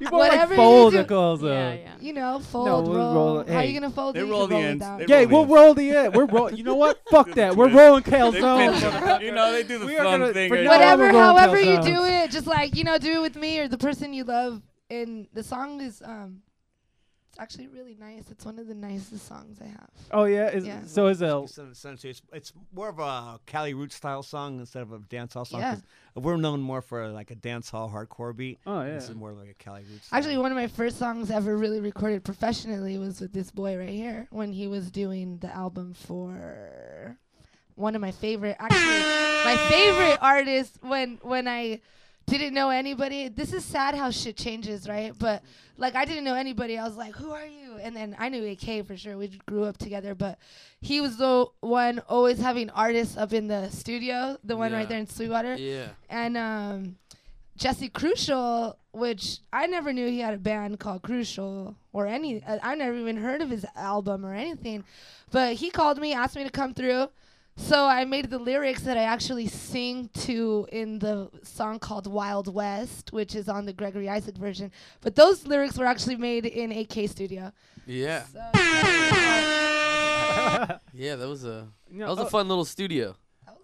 Speaker 2: You more
Speaker 9: Whatever
Speaker 2: like
Speaker 9: you
Speaker 2: fold
Speaker 9: do-
Speaker 2: the calls
Speaker 3: Yeah,
Speaker 2: up.
Speaker 3: yeah.
Speaker 9: You know, fold,
Speaker 2: we'll
Speaker 9: roll.
Speaker 2: roll-
Speaker 9: How are
Speaker 2: hey.
Speaker 9: you gonna fold
Speaker 7: They
Speaker 9: it? You
Speaker 7: roll
Speaker 9: can
Speaker 7: the
Speaker 9: it
Speaker 7: ends.
Speaker 9: down.
Speaker 7: They
Speaker 2: Yeah,
Speaker 7: roll the
Speaker 2: we'll
Speaker 7: ends.
Speaker 2: roll the end. We're roll. You know what? Fuck that. We're
Speaker 7: twist.
Speaker 2: rolling
Speaker 7: They
Speaker 2: calzones.
Speaker 7: pinch 'em. You know, they do the
Speaker 2: We are
Speaker 7: fun
Speaker 2: gonna-
Speaker 7: thing. eh?
Speaker 2: for
Speaker 7: right
Speaker 2: now-
Speaker 7: there.
Speaker 9: Whatever,
Speaker 2: we'll roll
Speaker 9: however you
Speaker 2: calzones.
Speaker 9: do it, just like you know, do it with me or the person you love. And the song is um, it's actually really nice. It's one of the nicest songs I have.
Speaker 2: Oh yeah. Is,
Speaker 9: Yeah.
Speaker 2: So is a
Speaker 8: It's, it's more of a Cali Roots style song instead of a dance hall song.
Speaker 9: Yeah.
Speaker 8: 'cause We're known more for like a dance hall hardcore beat.
Speaker 2: Oh, yeah.
Speaker 8: This is more like a Cali Roots. style.
Speaker 9: Actually, one of my first songs ever really recorded professionally was with this boy right here when he was doing the album for one of my favorite, actually, my favorite artist when when I didn't know anybody. This is sad how shit changes, right? But like I didn't know anybody. I was like, "Who are you?" And then I knew AK for sure. We grew up together, but he was the one always having artists up in the studio, the one
Speaker 4: Yeah.
Speaker 9: right there in Sweetwater
Speaker 4: yeah.
Speaker 9: and um, Jesse Crucial, which I never knew he had a band called Crucial or any. Uh, I never even heard of his album or anything, but he called me, asked me to come through. So I made the lyrics that I actually sing to in the song called Wild West, which is on the Gregory Isaac version. But those lyrics were actually made in AK Studio.
Speaker 4: Yeah.
Speaker 9: So
Speaker 4: Yeah, that was a
Speaker 2: no,
Speaker 4: that was
Speaker 2: oh,
Speaker 4: a fun little studio.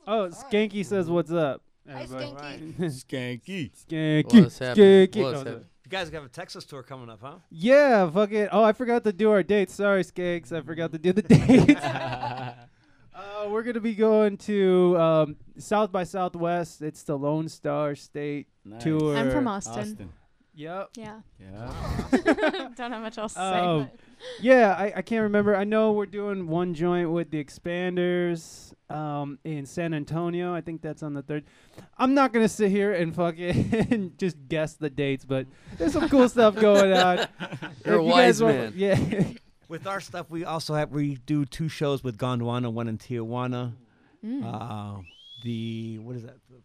Speaker 2: oh, Skanky says what's up.
Speaker 9: Hi,
Speaker 2: everybody.
Speaker 9: Skanky.
Speaker 7: Skanky.
Speaker 2: Skanky.
Speaker 4: What's happening?
Speaker 2: Skanky.
Speaker 4: What's
Speaker 2: Oh,
Speaker 4: happening?
Speaker 8: you guys have a Texas tour coming up, huh?
Speaker 2: Yeah, fuck it. Oh, I forgot to do our dates. Sorry, Skanks. I forgot to do the dates. uh, we're going to be going to um, South by Southwest. It's the Lone Star State
Speaker 7: Nice.
Speaker 2: Tour.
Speaker 3: I'm from Austin.
Speaker 7: Austin.
Speaker 2: Yep.
Speaker 3: Yeah.
Speaker 7: Yeah.
Speaker 3: Don't have much else to
Speaker 2: Oh.
Speaker 3: say. but-
Speaker 2: Yeah, I, I can't remember. I know we're doing one joint with the Expanders um, in San Antonio. I think that's on the third. I'm not gonna sit here and fucking just guess the dates, but there's some cool stuff going on.
Speaker 4: You're a
Speaker 2: If you
Speaker 4: wise
Speaker 2: guys want-
Speaker 4: man.
Speaker 2: Yeah.
Speaker 8: With our stuff, we also have we do two shows with Gondwana, one in Tijuana.
Speaker 9: Mm.
Speaker 8: Uh, the what is that?
Speaker 9: That's the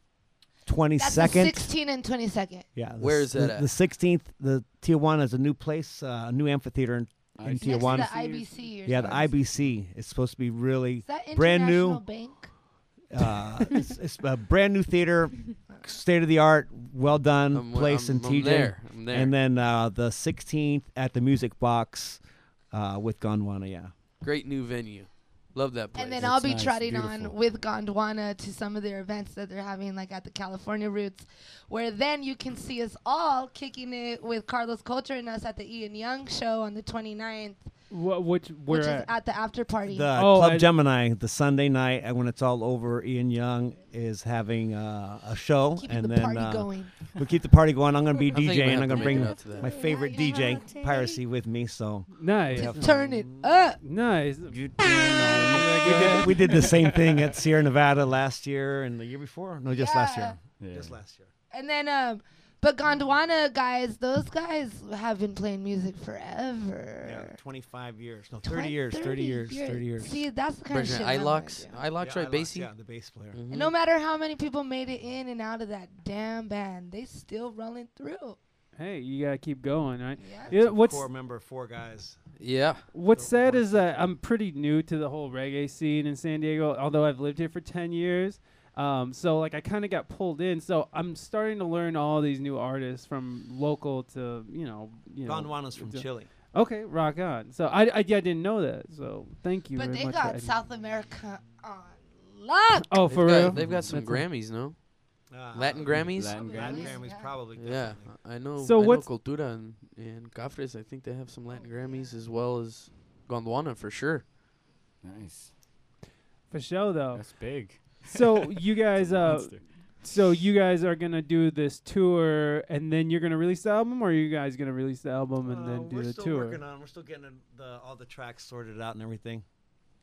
Speaker 8: 22nd.
Speaker 9: 16 and 22nd.
Speaker 8: Yeah. the
Speaker 4: Where
Speaker 8: s-
Speaker 4: is that
Speaker 8: the,
Speaker 4: at?
Speaker 8: The 16th. The Tijuana is a new place, uh, a new amphitheater in, in
Speaker 9: see. Next to
Speaker 8: Tijuana.
Speaker 9: the IBC or
Speaker 8: yeah, the IBC. It's supposed to be really
Speaker 9: Is that
Speaker 8: brand
Speaker 9: International
Speaker 8: new.
Speaker 9: Bank?
Speaker 8: Uh, it's, it's a brand new theater, state of the art, well done
Speaker 4: I'm-
Speaker 8: place
Speaker 4: I'm-
Speaker 8: in
Speaker 4: I'm
Speaker 8: TJ.
Speaker 4: there, I'm there.
Speaker 8: And then uh, the 16th at the Music Box uh, with Gondwana. Yeah.
Speaker 4: Great new venue. Love that place.
Speaker 9: And then I'll be trotting on with Gondwana to some of their events that they're having, like at the California Roots, where then you can see us all kicking it with Carlos Culture and us at the Ian Young show on the 29th,
Speaker 2: What, which
Speaker 9: which
Speaker 2: where
Speaker 9: is
Speaker 2: at?
Speaker 9: at the after party.
Speaker 8: The
Speaker 2: Oh,
Speaker 8: Club
Speaker 2: I-
Speaker 8: Gemini, the Sunday night, and when it's all over, Ian Young is having uh, a show,
Speaker 9: Keeping
Speaker 8: and
Speaker 9: the
Speaker 8: then
Speaker 9: party
Speaker 8: uh,
Speaker 9: going.
Speaker 8: we keep the party going. I'm going to be
Speaker 4: I think we
Speaker 8: DJing.
Speaker 4: have
Speaker 8: I'm
Speaker 4: to
Speaker 8: going to
Speaker 4: make
Speaker 8: bring
Speaker 4: it out to that.
Speaker 8: my favorite DJ, Piracy, with me. So
Speaker 2: nice,
Speaker 8: Yeah.
Speaker 9: Turn it up.
Speaker 2: nice.
Speaker 8: we did, we did the same thing at Sierra Nevada last year and the year before. No, just last year. Just last year.
Speaker 9: And then, um, but Gondwana guys, those guys have been playing music forever.
Speaker 8: Yeah, 25 years. No, 30
Speaker 9: Twen-
Speaker 8: years. 30 years. 30 years.
Speaker 9: See, that's the kind of
Speaker 4: Bridgman,
Speaker 9: shit. I
Speaker 4: Ilox,
Speaker 9: wanna do.
Speaker 4: Ilox,
Speaker 8: Yeah,
Speaker 4: right?
Speaker 8: I lost-
Speaker 4: Basie.
Speaker 8: Yeah, the bass player.
Speaker 4: Mhm.
Speaker 9: And no matter how many people made it in and out of that damn band, they still rolling through.
Speaker 2: Hey, you gotta keep going, right?
Speaker 9: Yeah.
Speaker 2: Yeah, what's
Speaker 8: Core member, four guys.
Speaker 4: Yeah.
Speaker 2: What's sad is that I'm pretty new to the whole reggae scene in San Diego, although I've lived here for 10 years. Um, so like I kind of got pulled in, so I'm starting to learn all these new artists from local to you know you know.
Speaker 8: Gondwana's from
Speaker 2: to-
Speaker 8: Chile.
Speaker 2: Okay, rock on. So I I, yeah, I didn't know that. So thank you.
Speaker 9: But
Speaker 2: very
Speaker 9: they
Speaker 2: much for
Speaker 9: got
Speaker 2: adding-
Speaker 9: South America on lock.
Speaker 2: Oh,
Speaker 4: They've
Speaker 2: for
Speaker 4: got-
Speaker 2: real?
Speaker 4: They've got some
Speaker 2: That's a-
Speaker 4: Grammys, no?
Speaker 8: Uh,
Speaker 4: Latin Grammys.
Speaker 7: Latin
Speaker 8: Latin
Speaker 7: Grammys.
Speaker 8: Grammys, probably.
Speaker 4: Yeah,
Speaker 8: definitely.
Speaker 4: I know.
Speaker 2: So
Speaker 4: I know
Speaker 2: what's-
Speaker 4: Cultura and, and Cafres? I think they have some Latin Grammys as well as Gondwana for sure.
Speaker 7: Nice.
Speaker 2: for show though.
Speaker 7: That's big.
Speaker 2: So you guys, uh,
Speaker 7: Monster.
Speaker 2: so you guys are gonna do this tour, and then you're gonna release the album, or are you guys gonna release the album and
Speaker 8: Uh,
Speaker 2: then do
Speaker 8: we're
Speaker 2: the
Speaker 8: still
Speaker 2: tour?
Speaker 8: working on. We're still getting the, all the tracks sorted out and everything.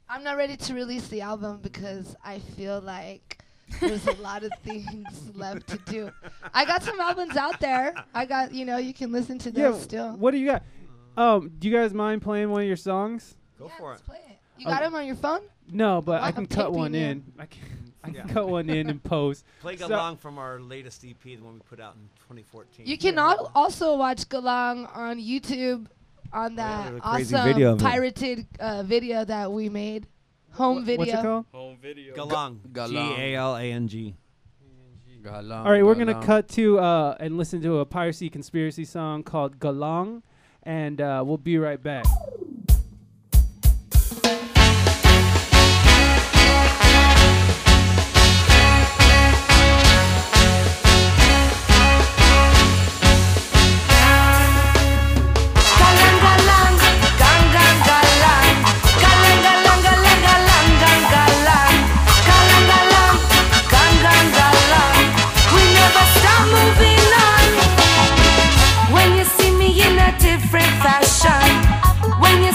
Speaker 9: I'm not ready to release the album because I feel like there's a lot of things left to do. I got some albums out there. I got, you know, you can listen to
Speaker 2: yeah.
Speaker 9: those still.
Speaker 2: What do you got?
Speaker 8: Uh,
Speaker 2: Um, do you guys mind playing one of your songs?
Speaker 8: Go
Speaker 9: Yeah,
Speaker 8: for it.
Speaker 9: let's play it. You
Speaker 8: um,
Speaker 2: Oh.
Speaker 9: got them on your phone?
Speaker 2: No, but I
Speaker 9: Like
Speaker 2: can
Speaker 9: I'm
Speaker 2: cut one
Speaker 9: taping you.
Speaker 2: in. I can, I can
Speaker 8: Yeah.
Speaker 2: cut one in and post.
Speaker 8: Play
Speaker 2: So-
Speaker 8: along from our latest EP, the one we put out in 2014.
Speaker 9: You can al- also watch Galang on YouTube on that
Speaker 8: there's a crazy
Speaker 9: awesome
Speaker 8: video of it.
Speaker 9: pirated uh, video that we made. Home video.
Speaker 2: What's it called?
Speaker 8: Galang.
Speaker 4: Galang.
Speaker 8: G A L A N G.
Speaker 4: Galang,
Speaker 2: All right, we're gonna
Speaker 4: galang.
Speaker 2: cut to uh, and listen to a piracy conspiracy song called "Galang," and uh, we'll be right back.
Speaker 11: When you see me in a different fashion, when you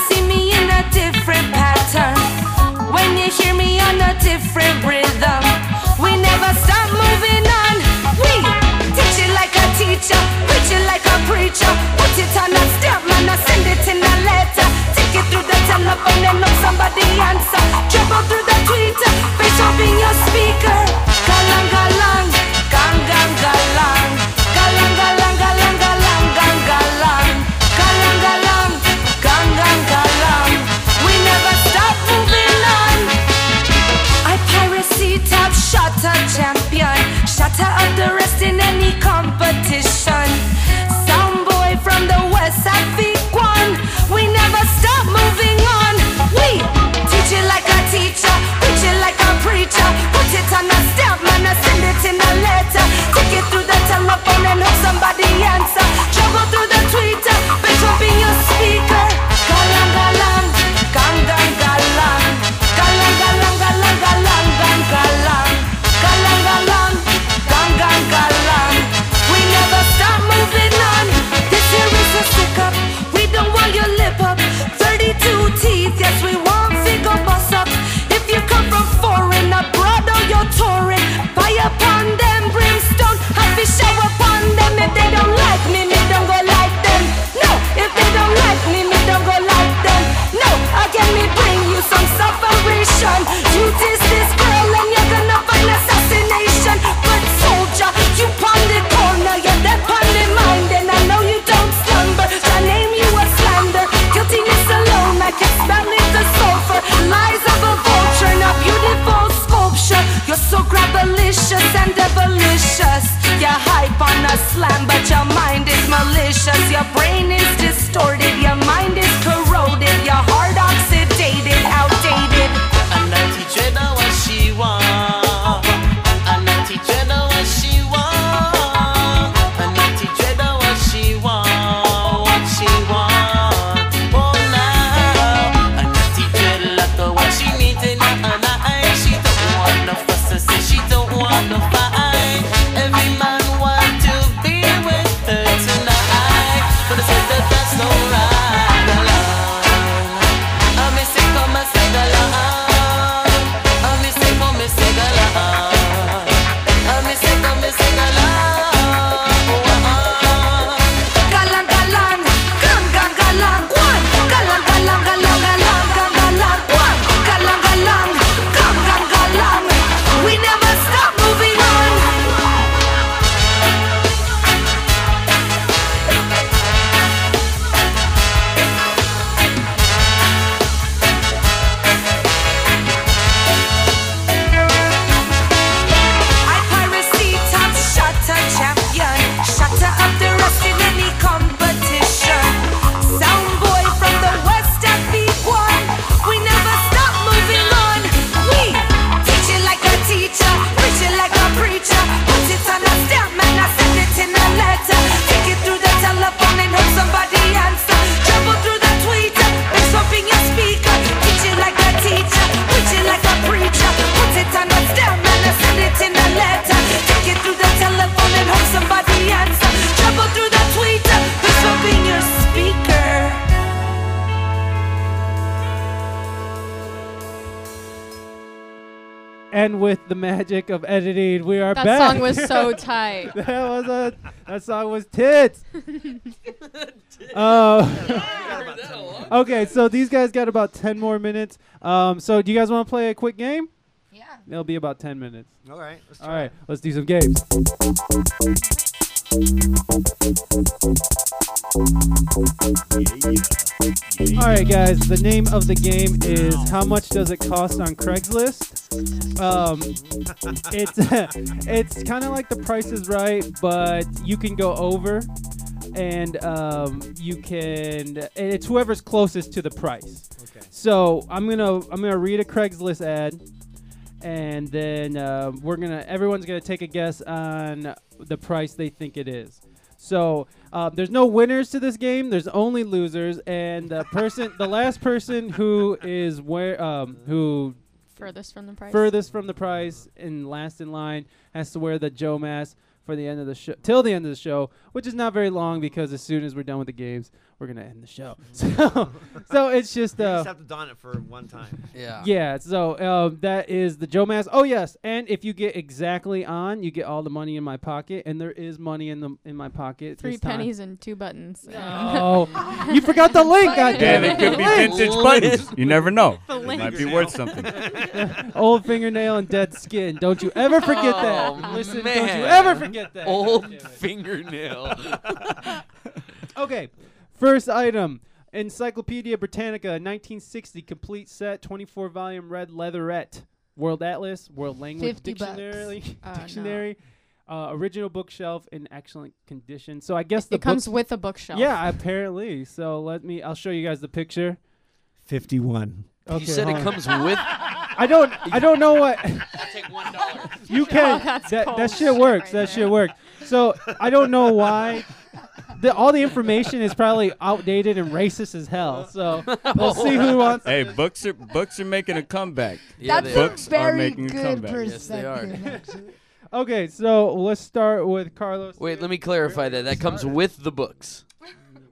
Speaker 2: and with the magic of editing, we are
Speaker 3: That
Speaker 2: back.
Speaker 3: song was so tight.
Speaker 2: that was a that song was tits. Uh, okay, so these guys got about ten more minutes. Um, so do you guys want to play a quick game? Yeah. It'll be about ten minutes.
Speaker 8: All right.
Speaker 2: All right, let's do some games. All right, guys. The name of the game is "How much does it cost on Craigslist?" Um, it's it's kind of like The Price is Right, but you can go over, and um, you can and it's whoever's closest to the price. Okay. So I'm gonna I'm gonna read a Craigslist ad, and then uh, we're gonna everyone's gonna take a guess on the price they think it is. So uh, there's no winners to this game. There's only losers, and the person, the last person who is where um, who
Speaker 3: Furthest from the price.
Speaker 2: furthest from the prize and last in line has to wear the Joe mask for the end of the show till the end of the show, which is not very long because as soon as we're done with the games, we're gonna end the show. So, so it's just
Speaker 11: You
Speaker 2: uh,
Speaker 11: just have to don it for one time.
Speaker 2: yeah. So um, that is the Joe mask. Oh yes, and if you get exactly on, you get all the money in my pocket, and there is money in the in my pocket.
Speaker 3: Three
Speaker 2: this time.
Speaker 3: pennies and two buttons.
Speaker 2: Oh, you forgot the link. God
Speaker 7: Damn, it could be vintage buttons. You never know.
Speaker 3: The
Speaker 7: It might be
Speaker 3: link.
Speaker 7: worth something.
Speaker 2: Old fingernail and dead skin. Don't you ever forget that. Listen, don't you ever forget that.
Speaker 4: Old fingernail.
Speaker 2: Uh-huh. Okay, first item Encyclopedia Britannica, 1960, complete set, 24 volume red leatherette. World Atlas, World Language
Speaker 9: 50 bucks.
Speaker 2: Dictionary,
Speaker 3: Uh, no.
Speaker 2: dictionary uh, original bookshelf in excellent condition. So I guess
Speaker 3: It
Speaker 2: the
Speaker 3: comes
Speaker 2: book-
Speaker 3: with a bookshelf.
Speaker 2: Yeah, apparently. So let me. I'll show you guys the picture.
Speaker 8: Fifty-one.
Speaker 2: Okay,
Speaker 4: you said
Speaker 2: hold
Speaker 4: it
Speaker 2: on.
Speaker 4: comes with.
Speaker 2: I don't. I don't know what.
Speaker 4: take one dollar.
Speaker 2: You can.
Speaker 3: Oh, that's
Speaker 2: that,
Speaker 3: cold
Speaker 2: that
Speaker 3: shit
Speaker 2: shit works.
Speaker 3: right there.
Speaker 2: that shit works. So I don't know why. The, all the information is probably outdated and racist as hell. So we'll see who wants.
Speaker 7: Hey, books are books are making a comeback.
Speaker 4: Yeah,
Speaker 9: That's
Speaker 4: they
Speaker 9: a
Speaker 4: are.
Speaker 7: Books are
Speaker 9: very
Speaker 7: making a
Speaker 9: good
Speaker 7: comeback.
Speaker 4: Yes, they are.
Speaker 9: perspective. actually.
Speaker 2: Okay, so let's start with Carlos.
Speaker 4: Wait, let me clarify that. That comes with the books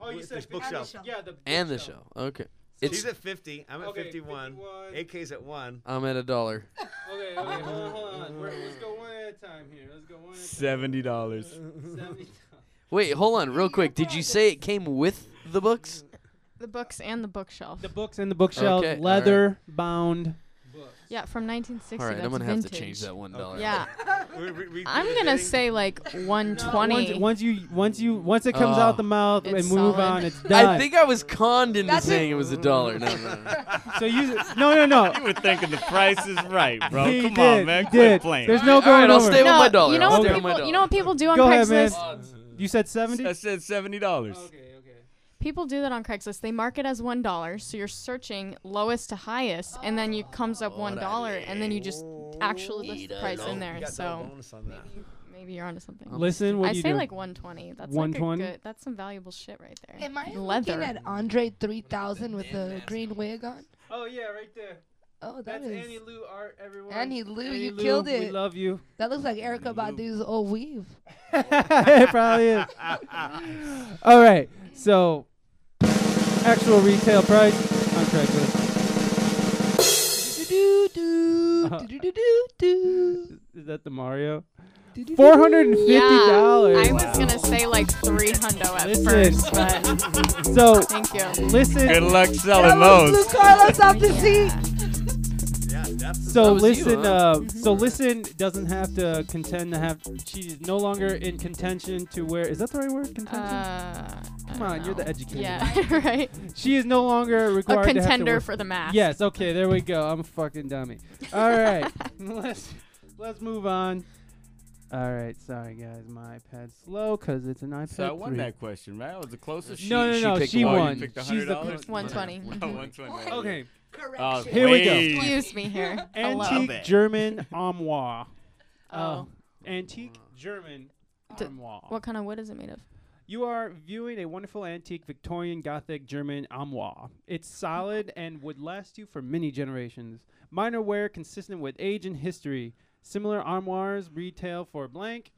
Speaker 2: Oh, you said
Speaker 11: bookshelf.
Speaker 2: Yeah, the
Speaker 4: and the show. Okay.
Speaker 11: She's
Speaker 4: It's
Speaker 11: at 50. I'm at
Speaker 2: Okay,
Speaker 11: 51.
Speaker 2: 51.
Speaker 11: AK's at 1.
Speaker 4: I'm at a dollar.
Speaker 2: Okay, okay, hold on, hold on. We're, let's go one at a time here. Let's go one
Speaker 7: Seventy dollars.
Speaker 2: Seventy.
Speaker 4: Wait, hold on, real quick. Did you say it came with the books?
Speaker 3: The books and the bookshelf.
Speaker 2: The books in the bookshelf,
Speaker 4: Okay, all right.
Speaker 2: leather bound.
Speaker 3: yeah, from 1960.
Speaker 4: All right,
Speaker 3: that's
Speaker 4: I'm gonna
Speaker 3: vintage.
Speaker 4: have to change that one dollar.
Speaker 3: Yeah,
Speaker 11: We- we- we-
Speaker 3: I'm
Speaker 11: we
Speaker 3: gonna
Speaker 11: bidding.
Speaker 3: say like
Speaker 2: Once,
Speaker 3: 120.
Speaker 2: once you, once you, once it comes
Speaker 4: Oh.
Speaker 2: out the mouth and
Speaker 3: It's
Speaker 2: move
Speaker 3: solid.
Speaker 2: on, it's done.
Speaker 4: I think I was conned into
Speaker 9: That's
Speaker 4: saying it was a dollar. No, no, no.
Speaker 2: so. You no, no, no.
Speaker 7: You were thinking the price is right, bro.
Speaker 2: He
Speaker 7: Come
Speaker 2: did,
Speaker 7: on, man.
Speaker 2: he
Speaker 7: Quit
Speaker 2: did.
Speaker 7: playing.
Speaker 2: There's no
Speaker 4: All right,
Speaker 2: going
Speaker 4: I'll
Speaker 2: over.
Speaker 4: stay with
Speaker 3: no,
Speaker 4: my dollar.
Speaker 3: you know
Speaker 4: I'll
Speaker 3: what
Speaker 4: stay
Speaker 2: Okay.
Speaker 4: with my
Speaker 3: people
Speaker 4: dollar.
Speaker 3: you know what people do on
Speaker 2: Go ahead,
Speaker 3: Craigslist?
Speaker 2: man. You said seventy.
Speaker 7: I said seventy dollars.
Speaker 2: okay, okay.
Speaker 3: People do that on Craigslist. They mark it as one dollar, so you're searching lowest to highest, and then you comes
Speaker 4: Oh,
Speaker 3: up one dollar, and then you just actually list the price in
Speaker 11: We
Speaker 3: there.
Speaker 11: got double
Speaker 3: So
Speaker 11: bonus on that.
Speaker 3: maybe you're onto something.
Speaker 2: Listen, what
Speaker 3: I
Speaker 2: do you
Speaker 3: say
Speaker 2: do?
Speaker 3: like 120. That's
Speaker 2: 120?
Speaker 3: Like a good, that's some valuable shit right there.
Speaker 9: Am I
Speaker 3: Leather.
Speaker 9: looking at Andre 3000 with a green wig on?
Speaker 2: oh yeah, right there.
Speaker 9: Oh, that is.
Speaker 2: Lou art, everyone.
Speaker 9: Annie Lou, you killed
Speaker 2: We
Speaker 9: it.
Speaker 2: love you.
Speaker 9: That looks like Erica Badu's old weave.
Speaker 2: it probably is. All right, so actual retail price on Craigslist. Is that the Mario? Four hundred and fifty
Speaker 3: yeah,
Speaker 2: dollars.
Speaker 3: I was gonna say like three hundo at
Speaker 2: Listen.
Speaker 3: first, but
Speaker 2: So
Speaker 3: thank you.
Speaker 7: Good
Speaker 2: listen.
Speaker 7: luck selling those.
Speaker 9: Carlos off the seat.
Speaker 11: Yeah, that's
Speaker 2: So
Speaker 4: That was you,
Speaker 2: listen.
Speaker 4: huh?
Speaker 2: uh,
Speaker 3: Mm-hmm.
Speaker 2: So listen doesn't have to contend to have. She's no longer in contention to where. Is that the right word?
Speaker 3: Uh,
Speaker 2: Contention.
Speaker 3: I
Speaker 2: Come
Speaker 3: don't
Speaker 2: on, you're the
Speaker 3: know.
Speaker 2: educator.
Speaker 3: Yeah, right.
Speaker 2: She is no longer
Speaker 3: A
Speaker 2: required to have to
Speaker 3: contender
Speaker 2: work-
Speaker 3: for the mask.
Speaker 2: Yes. Okay. There we go. I'm a fucking dummy. All right. let's let's move on. All right. Sorry, guys. My iPad's slow because it's an iPad.
Speaker 7: So I won
Speaker 2: 3.
Speaker 7: that question, right? That was the closest.
Speaker 2: No, no,
Speaker 4: She-
Speaker 2: no.
Speaker 4: she
Speaker 2: She,
Speaker 4: picked the one.
Speaker 2: won.
Speaker 7: You picked the
Speaker 2: She's the
Speaker 7: $100?
Speaker 2: cl-
Speaker 3: 120. Mhm.
Speaker 2: Oh, okay.
Speaker 4: Oh,
Speaker 7: Uh,
Speaker 2: Here we go.
Speaker 7: wait.
Speaker 3: Excuse me here. Hello.
Speaker 2: Antique German armoire. Uh,
Speaker 3: Oh.
Speaker 2: antique German
Speaker 3: D-
Speaker 2: armoire.
Speaker 3: What kind of wood is it made of?
Speaker 2: You are viewing a wonderful antique Victorian Gothic German armoire. It's solid and would last you for many generations. Minor wear consistent with age and history. Similar armoires retail for blank.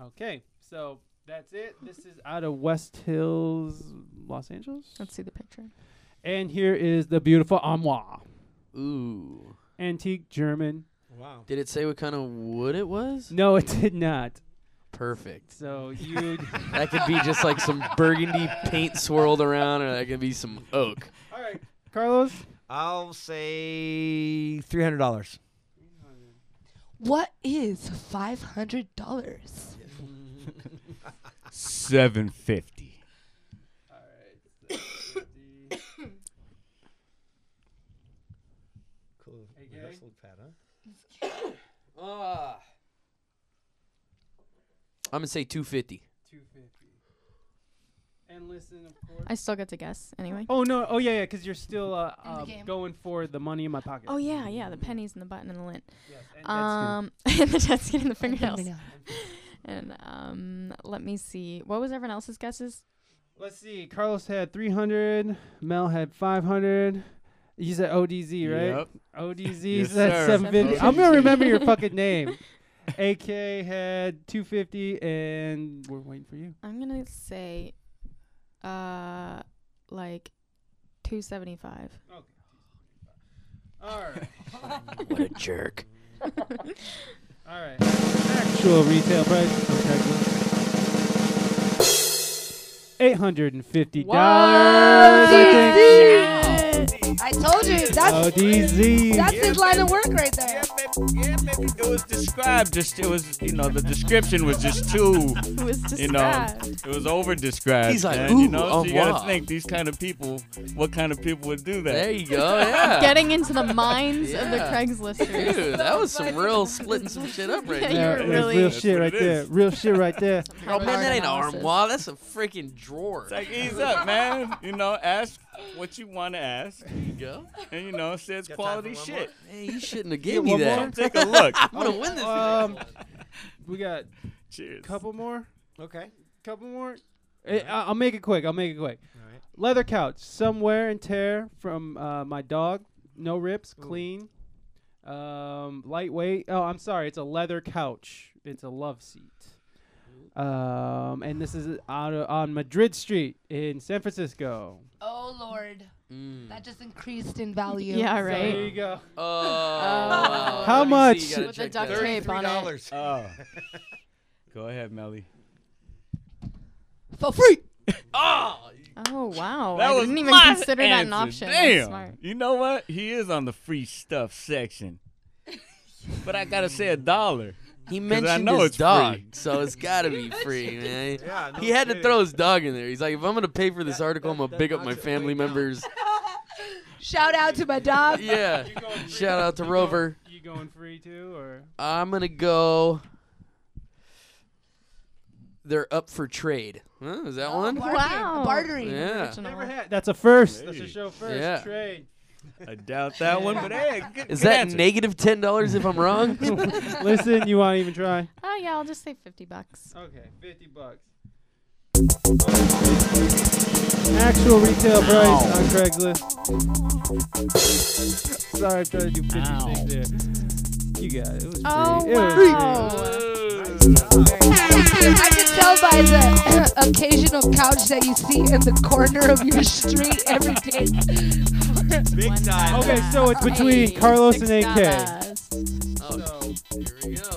Speaker 2: Okay, so that's it. This is out of West Hills, Los Angeles.
Speaker 3: Let's see the picture.
Speaker 2: And here is the beautiful armoire.
Speaker 4: Ooh.
Speaker 2: Antique German
Speaker 8: Wow.
Speaker 4: Did it say what kind of wood it was?
Speaker 2: No, it did not.
Speaker 4: Perfect.
Speaker 2: So you
Speaker 4: that could be just like some burgundy paint swirled around, or that could be some oak.
Speaker 2: Carlos?
Speaker 8: I'll say three hundred dollars.
Speaker 9: What is five hundred dollars?
Speaker 7: Seven fifty.
Speaker 8: Cool. Rehearsal pad, huh?
Speaker 2: Ah,
Speaker 4: I'm gonna say 250.
Speaker 2: And listen, of course.
Speaker 3: I still get to guess anyway.
Speaker 2: Oh no! Oh yeah, yeah. Because you're still uh, uh,
Speaker 3: game.
Speaker 2: going for the money in my pocket.
Speaker 3: Oh yeah, yeah. The pennies and the button and the lint.
Speaker 2: and jet
Speaker 3: um, and the jet skin and the fingernails.
Speaker 9: fingernail.
Speaker 3: and um, let me see. What was everyone else's guesses?
Speaker 2: Let's see. Carlos had 300. Mel had 500. You said ODZ, right?
Speaker 7: Yep.
Speaker 2: ODZ
Speaker 7: Yes,
Speaker 2: said
Speaker 7: sir.
Speaker 2: 750. I'm gonna
Speaker 7: ODZ.
Speaker 2: remember your fucking name. AK had 250, and we're waiting for you.
Speaker 3: I'm gonna say, uh, like, two seventy five.
Speaker 2: All right.
Speaker 4: What a jerk.
Speaker 2: All right. Actual retail price. I'm checking. Eight hundred and fifty dollars.
Speaker 9: I told you that's
Speaker 2: ODZ.
Speaker 9: that's his line of work right there.
Speaker 7: It was described. Just it was you know the description was just too
Speaker 3: It was
Speaker 7: you know it was over described.
Speaker 4: He's like,
Speaker 7: and, you
Speaker 4: "Ooh,
Speaker 7: know
Speaker 4: au
Speaker 7: so you gotta
Speaker 4: revoir."
Speaker 7: think these kind of people. What kind of people would do that?
Speaker 4: There you go. Yeah.
Speaker 3: Getting into the minds of the
Speaker 4: Yeah.
Speaker 3: Craigslisters.
Speaker 4: Dude, that was some real splitting some shit up right
Speaker 3: Yeah,
Speaker 4: there.
Speaker 3: you were
Speaker 2: Yeah, that's
Speaker 3: really-
Speaker 2: real
Speaker 3: That's
Speaker 2: shit
Speaker 7: what
Speaker 2: right
Speaker 7: it
Speaker 2: there.
Speaker 7: is.
Speaker 2: Real shit right there.
Speaker 4: Oh man, that ain't an
Speaker 3: Analysis.
Speaker 4: armoire. That's a freaking drawer.
Speaker 7: It's like ease up, man. You know, ask what you want to ask,
Speaker 4: There you go.
Speaker 7: and you know, says
Speaker 11: time for
Speaker 7: quality
Speaker 11: one
Speaker 7: shit.
Speaker 4: Man, you shouldn't have gave
Speaker 2: one
Speaker 4: me
Speaker 2: more?
Speaker 4: that.
Speaker 7: Take a look.
Speaker 4: I'm gonna win this.
Speaker 2: Um, we got
Speaker 7: Cheers.
Speaker 2: couple more.
Speaker 8: Okay.
Speaker 2: Couple more. Eh, I- I'll make it quick. I'll make it quick.
Speaker 8: All right.
Speaker 2: Leather couch, some wear and tear from uh, my dog. No rips, clean, um, lightweight. Oh, I'm sorry. It's a leather couch. It's a love seat. Um, and this is out o- on Madrid Street in San Francisco.
Speaker 9: Oh lord,
Speaker 4: Mm.
Speaker 9: that just increased in value.
Speaker 3: Yeah,
Speaker 2: So there
Speaker 3: right.
Speaker 2: you go.
Speaker 4: Oh, wow.
Speaker 2: How
Speaker 4: Oh. Let me see,
Speaker 2: much?
Speaker 4: you gotta
Speaker 3: With the
Speaker 4: check
Speaker 3: duct
Speaker 4: that.
Speaker 3: tape on it.
Speaker 8: dollars.
Speaker 7: Oh. Go ahead, Melly.
Speaker 9: for free.
Speaker 7: Oh,
Speaker 3: Oh wow!
Speaker 7: that
Speaker 3: I
Speaker 7: was
Speaker 3: didn't even
Speaker 7: my
Speaker 3: consider that an
Speaker 7: answer.
Speaker 3: option. That's
Speaker 7: Damn.
Speaker 3: smart.
Speaker 7: You know what? He is on the free stuff section. but I gotta say a dollar.
Speaker 4: He
Speaker 7: 'Cause
Speaker 4: mentioned
Speaker 7: I know
Speaker 4: his
Speaker 7: it's free.
Speaker 4: dog, so it's gotta be free, man. he had to throw his dog in there. He's like, if I'm gonna pay for this article, I'm gonna big up my family members.
Speaker 9: Shout out to my dog.
Speaker 4: yeah. Shout out to Rover.
Speaker 2: You going free too, or
Speaker 4: I'm gonna go. They're up for trade. Huh, is that
Speaker 9: Oh,
Speaker 4: one?
Speaker 9: bartering,
Speaker 3: Wow.
Speaker 9: bartering.
Speaker 4: Yeah.
Speaker 3: Original.
Speaker 2: That's a first.
Speaker 7: Hey.
Speaker 2: That's a show first.
Speaker 4: Yeah.
Speaker 2: Trade.
Speaker 7: I doubt that one, but hey, good,
Speaker 4: Is
Speaker 7: good
Speaker 4: that
Speaker 7: answer.
Speaker 4: negative ten dollars if I'm wrong?
Speaker 2: Listen, you won't even try.
Speaker 3: Oh yeah, I'll just say fifty bucks.
Speaker 2: Okay, 50 bucks. Actual retail price on Craigslist. Sorry, I'm trying to do 56 there. You got it. It was
Speaker 3: Oh
Speaker 2: free. It was free.
Speaker 3: wow!
Speaker 9: I can tell by the occasional couch that you see in the corner of your street every day.
Speaker 3: Big time.
Speaker 2: Okay, so it's between Carlos and AK.
Speaker 4: oh, here we go.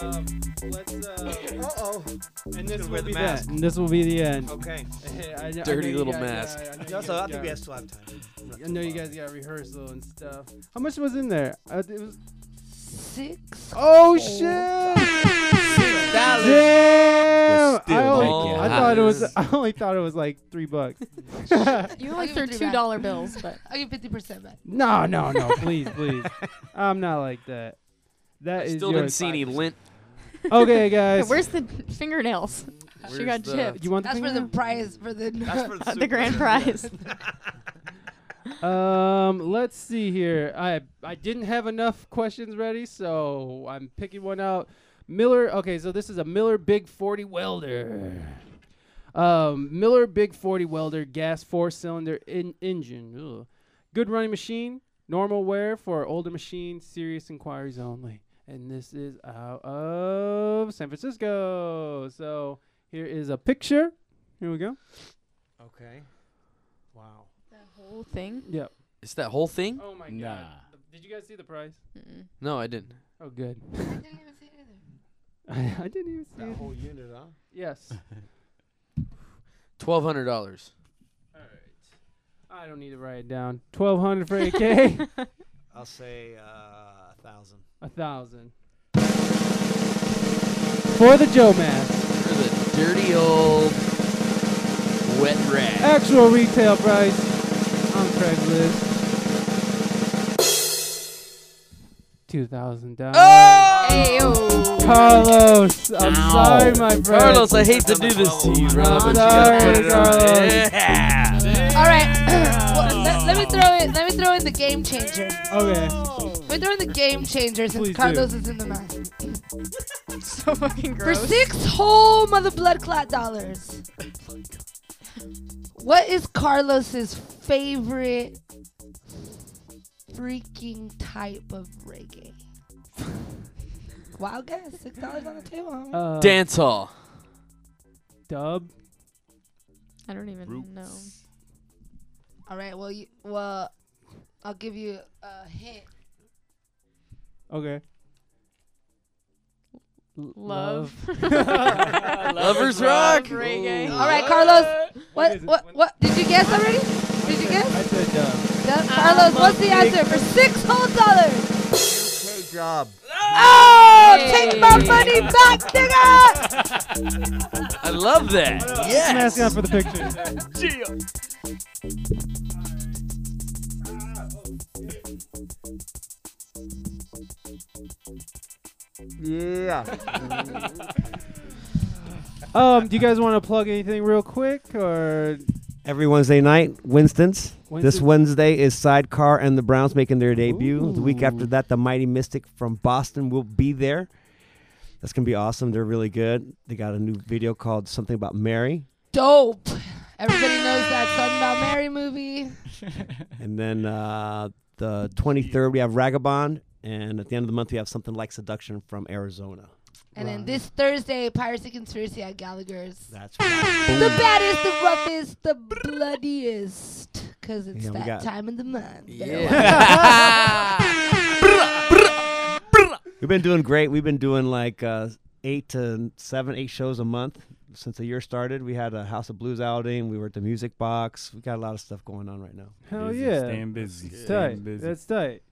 Speaker 2: Um, let's, uh,
Speaker 8: Uh-oh.
Speaker 2: and this
Speaker 8: Gonna
Speaker 2: will
Speaker 8: wear the
Speaker 2: be that.
Speaker 8: mask.
Speaker 2: And this will be the end.
Speaker 8: Okay.
Speaker 2: I- I know
Speaker 4: Dirty
Speaker 2: you
Speaker 4: little
Speaker 2: guys-
Speaker 4: mask.
Speaker 2: I know you
Speaker 8: Yeah, so I think
Speaker 2: guys
Speaker 8: we
Speaker 2: got-
Speaker 8: have still have time.
Speaker 2: I know you guys got rehearsal and stuff. How much was in there? Uh, it was,
Speaker 9: Six.
Speaker 2: oh, shit!
Speaker 4: Dollars.
Speaker 2: Damn!
Speaker 7: But still,
Speaker 2: I, only,
Speaker 4: thank
Speaker 2: I
Speaker 4: you.
Speaker 2: thought it was. I only thought it was like three bucks.
Speaker 3: You only
Speaker 9: I'll
Speaker 3: threw
Speaker 9: give it
Speaker 3: two
Speaker 9: back.
Speaker 3: dollar bills, but
Speaker 9: I'll give fifty percent back.
Speaker 2: No, no, no! Please, please. I'm not like that. That is
Speaker 4: Still
Speaker 2: yours.
Speaker 4: didn't see any lint.
Speaker 2: Okay,
Speaker 3: Hey,
Speaker 2: guys.
Speaker 3: where's the fingernails? she
Speaker 4: Where's
Speaker 3: got
Speaker 4: the-
Speaker 3: chipped.
Speaker 2: you want the
Speaker 9: That's for the
Speaker 2: fingernail?
Speaker 9: prize for the.
Speaker 11: That's for
Speaker 3: Uh,
Speaker 11: the,
Speaker 3: the grand prize.
Speaker 2: Um, let's see here. I I didn't have enough questions ready, so I'm picking one out. Miller. Okay, so this is a Miller Big 40 welder. Um, Miller Big 40 welder gas four cylinder in- engine. Ugh. Good running machine. Normal wear for older machines. Serious inquiries only. And this is out of San Francisco. So here is a picture. Here we go.
Speaker 8: Okay. Wow.
Speaker 3: the whole thing.
Speaker 2: Yep.
Speaker 4: It's that whole thing?
Speaker 2: Oh my
Speaker 7: Nah.
Speaker 2: Did you guys see the price?
Speaker 3: Mm-mm.
Speaker 4: No, I didn't.
Speaker 2: Oh, good.
Speaker 9: didn't even see it either.
Speaker 2: I, I didn't even see
Speaker 8: That
Speaker 2: it.
Speaker 8: whole unit, huh?
Speaker 2: Yes.
Speaker 4: Twelve hundred dollars.
Speaker 2: I don't need to write it down. Twelve hundred for AK.
Speaker 8: I'll say uh, a thousand.
Speaker 2: A thousand. For the Joe Math.
Speaker 4: For the dirty old wet rat.
Speaker 2: Actual retail price on Craigslist. Two thousand dollars. Carlos, I'm
Speaker 4: Oh! Ow.
Speaker 2: sorry, my friend.
Speaker 4: Carlos, I hate to do this to you, bro, but
Speaker 2: I'm
Speaker 4: you gotta
Speaker 2: sorry,
Speaker 4: put it on.
Speaker 2: Carlos.
Speaker 4: Yeah.
Speaker 9: All right. well, let, let me throw in. Let me throw in the game changer.
Speaker 2: Okay.
Speaker 9: We're doing the game changer since
Speaker 2: Please do.
Speaker 9: Carlos is in the mess.
Speaker 3: so fucking
Speaker 9: For
Speaker 3: gross.
Speaker 9: six whole mother blood clot dollars. What is Carlos's favorite freaking type of reggae? Wild guess. Six dollars on the table. homie.
Speaker 2: Uh,
Speaker 4: Dance hall.
Speaker 2: Dub.
Speaker 3: I don't even know.
Speaker 9: All right. Well, you, well, I'll give you a hint.
Speaker 2: Okay.
Speaker 3: Love.
Speaker 4: Lovers rock.
Speaker 3: Reggae.
Speaker 9: All right, Carlos. What? What? What? Did you guess already? Did you guess?
Speaker 2: I said dub.
Speaker 9: Yeah, Carlos, what's the answer for six whole dollars?
Speaker 11: Okay, job.
Speaker 9: Oh, take my money back, nigga!
Speaker 4: I love that.
Speaker 2: I'm
Speaker 4: Yeah.
Speaker 2: asking out for the picture. Um, do you guys want to plug anything real quick or
Speaker 8: Every Wednesday night, Winston's. This
Speaker 2: Winston's.
Speaker 8: Wednesday is Sidecar and the Browns making their debut. The week after
Speaker 2: Ooh.
Speaker 8: that, the Mighty Mystic from Boston will be there. That's gonna be awesome. They're really good. They got a new video called "Something About Mary,"
Speaker 9: Dope. Everybody knows that Son About Mary movie.
Speaker 8: and then uh, the 23rd we have Ragabond, and at the end of the month we have something like Seduction from Arizona.
Speaker 9: And then this Thursday, Piracy Conspiracy at Gallagher's.
Speaker 8: That's
Speaker 9: The baddest, the roughest, the bloodiest. Because it's
Speaker 8: Yeah, we
Speaker 9: that
Speaker 8: got-
Speaker 9: time of the month.
Speaker 8: We've been doing great. We've been doing like uh, eight to seven, eight shows a month since the year started. We had a House of Blues outing. We were at the Music Box. We got a lot of stuff going on right now.
Speaker 2: hell
Speaker 7: Busy,
Speaker 2: yeah?
Speaker 7: Staying busy.
Speaker 2: That's
Speaker 7: Staying
Speaker 2: tight.
Speaker 7: busy.
Speaker 2: That's tight.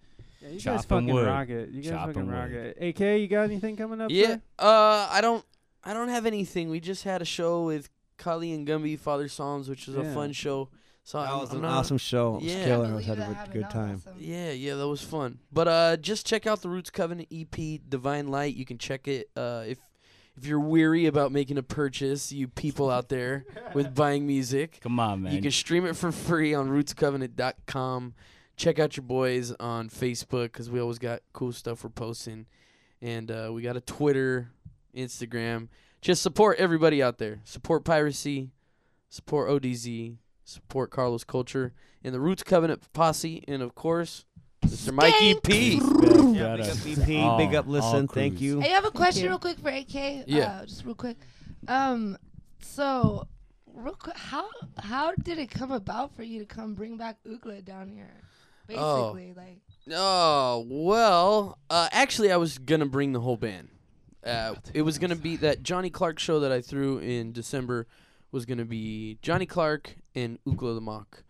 Speaker 2: Yeah, you guys
Speaker 7: Chopping
Speaker 2: fucking
Speaker 7: wood.
Speaker 2: rock it. You guys
Speaker 7: Chopping
Speaker 2: fucking rock
Speaker 7: wood.
Speaker 2: it. AK, you got anything coming up?
Speaker 4: Yeah.
Speaker 2: sir?
Speaker 4: Uh, I don't. I don't have anything. We just had a show with Kali and Gumby, Father Psalms, which was
Speaker 2: Yeah.
Speaker 4: a fun show. So
Speaker 8: That
Speaker 4: I'm-
Speaker 8: was
Speaker 4: I'm
Speaker 8: an
Speaker 4: not-
Speaker 8: awesome show. It was
Speaker 4: Yeah.
Speaker 8: killer. I was having a good time.
Speaker 4: Yeah, yeah, that was fun. But uh, just check out the Roots Covenant EP, Divine Light. You can check it uh, if if you're weary about making a purchase, you people out there with buying music.
Speaker 7: Come on, man.
Speaker 4: You can stream it for free on rootscovenant.com. Check out your boys on Facebook because we always got cool stuff we're posting. And uh, we got a Twitter, Instagram. Just support everybody out there. Support piracy, support ODZ, support Carlos Culture, and the Roots Covenant Posse, and of course, Mr. Mikey P.
Speaker 7: Shout
Speaker 8: big
Speaker 7: out
Speaker 8: up
Speaker 7: to
Speaker 8: BP.
Speaker 7: all-
Speaker 8: big up.
Speaker 7: all
Speaker 8: Listen. Thank
Speaker 7: crews.
Speaker 8: you.
Speaker 9: I have a question
Speaker 3: you.
Speaker 9: real quick for AK.
Speaker 4: Yeah.
Speaker 9: Uh, just real quick. Um, so real quick, how how did it come about for you to come bring back Ugla down here?
Speaker 4: Oh.
Speaker 9: Basically, like
Speaker 4: Oh well, uh, actually, I was gonna bring the whole band. Uh, it was gonna be that Johnny Clark show that I threw in December was gonna be Johnny Clark and Ukla the Mock.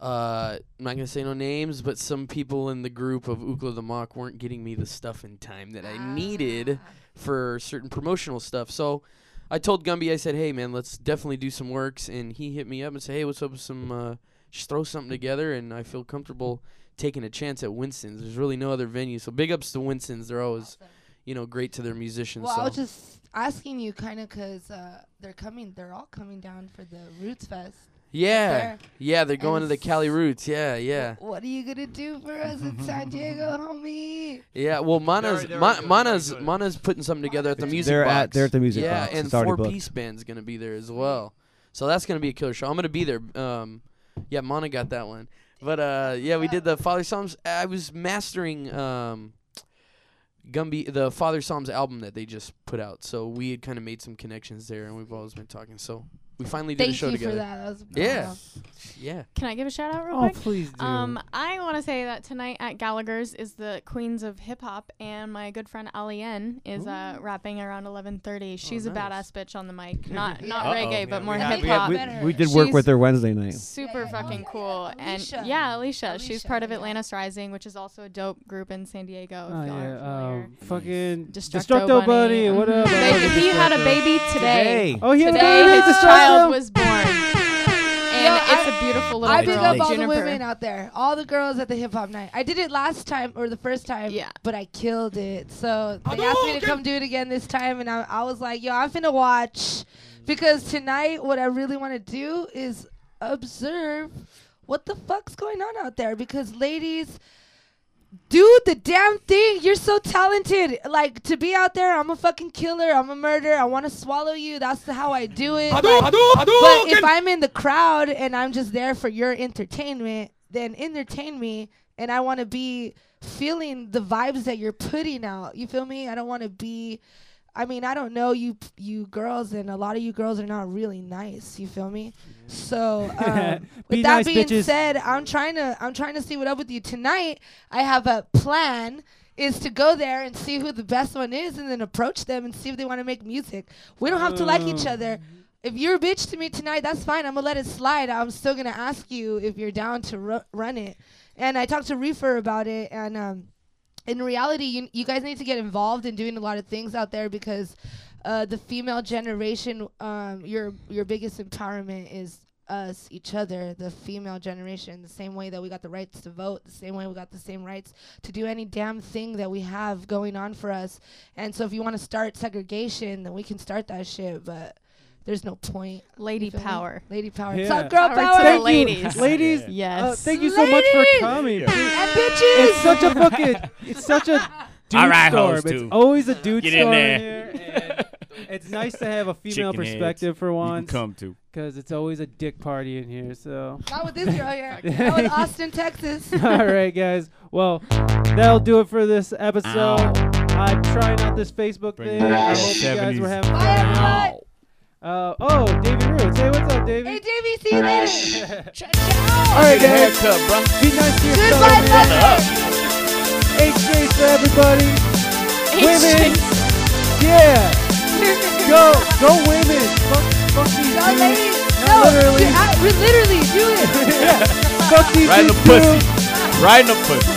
Speaker 4: Uh, I'm not gonna say no names, but some people in the group of Ukla the Mock weren't getting me the stuff in time that I needed
Speaker 9: Ah.
Speaker 4: for certain promotional stuff. So I told Gumby, I said, "Hey man, let's definitely do some works." And he hit me up and said, "Hey, what's up with some? Uh, just throw something together." And I feel comfortable taking a chance at Winston's. There's really no other venue, so big ups to Winston's. They're always, you know, great to their musicians.
Speaker 9: Well,
Speaker 4: so.
Speaker 9: I was just asking you kind of because uh, they're coming. They're all coming down for the Roots Fest.
Speaker 4: yeah,
Speaker 9: there.
Speaker 4: yeah, they're going to
Speaker 9: And
Speaker 4: the Cali Roots. Yeah, yeah,
Speaker 9: What are you gonna do for us in San Diego, homie?
Speaker 4: yeah. Well, Mana's
Speaker 11: they're
Speaker 4: Ma-
Speaker 11: already doing it, they're
Speaker 4: Mana's
Speaker 11: already doing it.
Speaker 4: Mana's putting something together at the music.
Speaker 8: They're
Speaker 4: box.
Speaker 8: at- they're at the Music
Speaker 4: Yeah,
Speaker 8: Box.
Speaker 4: and
Speaker 8: It's already
Speaker 4: four
Speaker 8: booked.
Speaker 4: piece band's gonna be there as well. So that's gonna be a killer show. I'm gonna be there. Um, yeah, Mana got that one. But uh, yeah, we did the Father Psalms. I was mastering um, Gumby, the Father Psalms album that they just put out. So we had kind of made some connections there, and we've always been talking. So we finally did a
Speaker 9: Thank
Speaker 4: show
Speaker 9: you
Speaker 4: together.
Speaker 9: for that. that was
Speaker 4: Yeah. Yeah.
Speaker 3: Can I give a shout out real
Speaker 4: Oh,
Speaker 3: quick?
Speaker 4: please do.
Speaker 3: Um, I want to say that tonight at Gallagher's is the Queens of Hip Hop, and my good friend Ali N is uh, rapping around 11:30. She's a badass bitch on the mic, not not
Speaker 8: Oh, Uh-oh.
Speaker 3: reggae, but
Speaker 8: Yeah,
Speaker 3: more
Speaker 8: we had-
Speaker 3: hip
Speaker 8: we had-
Speaker 3: hop.
Speaker 8: we- we did work with
Speaker 3: She's
Speaker 8: her Wednesday night.
Speaker 3: Super fucking cool, and yeah, Alicia, she's part of Atlantis Rising, which is also a dope group in San Diego.
Speaker 2: Oh,
Speaker 3: if y'all are
Speaker 2: yeah, um, fucking
Speaker 3: Destructo Bunny.
Speaker 2: Destructo, Bunny,
Speaker 3: Mhm.
Speaker 2: what up?
Speaker 3: They- he had a baby today.
Speaker 2: Oh, he had a
Speaker 3: today
Speaker 2: baby.
Speaker 3: his
Speaker 2: Destructo.
Speaker 3: child was born, and it's a beautiful little
Speaker 9: I
Speaker 3: girl.
Speaker 9: big up all the
Speaker 3: Juniper.
Speaker 9: women out there, all the girls at the hip hop night. I did it last time or the first time, yeah. but I killed it. So they asked me to come do it again this time, and I, I was like, yo, I'm finna watch because tonight what I really want to do is observe what the fuck's going on out there because ladies. Do the damn thing. You're so talented. Like to be out there, I'm a fucking killer. I'm a murderer. I want to swallow you. That's the- how I do it.
Speaker 5: Hadou-
Speaker 9: Like,
Speaker 5: hadou-
Speaker 9: but
Speaker 5: hadouken!
Speaker 9: if I'm in the crowd and I'm just there for your entertainment, then entertain me. And I want to be feeling the vibes that you're putting out. You feel me? I don't want to be. I mean, I don't know you, you girls, and a lot of you girls are not really nice. You feel me? So, um, with
Speaker 2: Be
Speaker 9: that
Speaker 2: nice,
Speaker 9: being
Speaker 2: bitches.
Speaker 9: said, I'm trying to, I'm trying to see what up with you tonight. I have a plan is to go there and see who the best one is, and then approach them and see if they want to make music. We don't have to like each
Speaker 12: Oh.
Speaker 9: other. If you're a bitch to me tonight, that's fine. I'm gonna let it slide. I'm still gonna ask you if you're down to ru- run it. And I talked to Reefer about it, and um, in reality, you, you guys need to get involved in doing a lot of things out there because uh, the female generation, um, your your biggest empowerment is us, each other, the female generation. The same way that we got the rights to vote, the same way we got the same rights to do any damn thing that we have going on for us. And so, if you want to start segregation, then we can start that shit. But there's no point.
Speaker 3: Lady
Speaker 9: You feel me?
Speaker 3: power.
Speaker 9: Lady power.
Speaker 3: Yeah.
Speaker 9: It's all girl
Speaker 3: Power to
Speaker 9: power.
Speaker 3: the Thank you. ladies.
Speaker 2: Ladies,
Speaker 3: Yes.
Speaker 8: Oh,
Speaker 2: uh, thank you so much for
Speaker 9: Ladies!
Speaker 2: coming.
Speaker 9: Yeah. And bitches!
Speaker 2: It's such a fucking. It's such a dude
Speaker 7: All right,
Speaker 2: storm.
Speaker 7: hoes,
Speaker 2: It's
Speaker 7: too.
Speaker 2: always a dude
Speaker 7: Get in
Speaker 2: storm
Speaker 7: there.
Speaker 2: here. and it's nice to have a female
Speaker 7: Chicken heads.
Speaker 2: perspective for
Speaker 7: You can
Speaker 2: once.
Speaker 7: come to.
Speaker 2: Because it's always a dick party in here. So.
Speaker 9: Not with this girl here. Not with Austin, Texas.
Speaker 2: All right, guys. Well, that'll do it for this episode. I'm trying out this Facebook
Speaker 7: Bring
Speaker 2: thing.
Speaker 7: it
Speaker 2: I
Speaker 7: back.
Speaker 2: hope you guys
Speaker 7: 70s.
Speaker 2: were having fun. Uh, oh, Davey Roots. Hey, what's up, Davey?
Speaker 9: Hey, Davey, see you later.
Speaker 2: All right, guys.
Speaker 7: Haircut, bro.
Speaker 2: Be nice to yourself.
Speaker 9: Goodbye,
Speaker 2: HJs for everybody. Women. Yeah. go, go women. Fuck, fuck these
Speaker 9: No,
Speaker 2: dudes.
Speaker 9: ladies.
Speaker 2: No,
Speaker 9: No,
Speaker 2: literally.
Speaker 9: you're out- we literally do
Speaker 2: Yeah.
Speaker 9: it.
Speaker 2: Fuck these
Speaker 7: Right in the
Speaker 2: dudes, too.
Speaker 7: pussy. Right in the pussy.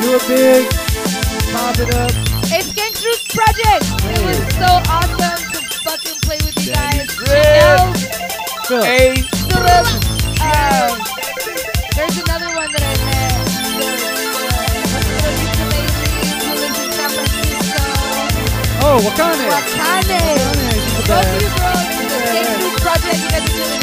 Speaker 2: Do it big. Pop it up.
Speaker 9: It's Gang Truth Project. It was so awesome to fucking play with you guys. Chanel,
Speaker 2: Phil.
Speaker 9: Philip, um, there's another one that I met.
Speaker 2: Oh, Wakane.
Speaker 9: Wakane.
Speaker 2: Wakane, she's the
Speaker 9: Go to
Speaker 2: best.
Speaker 9: the
Speaker 8: Oh,
Speaker 9: girls. It's Gang Truth Project. You guys are doing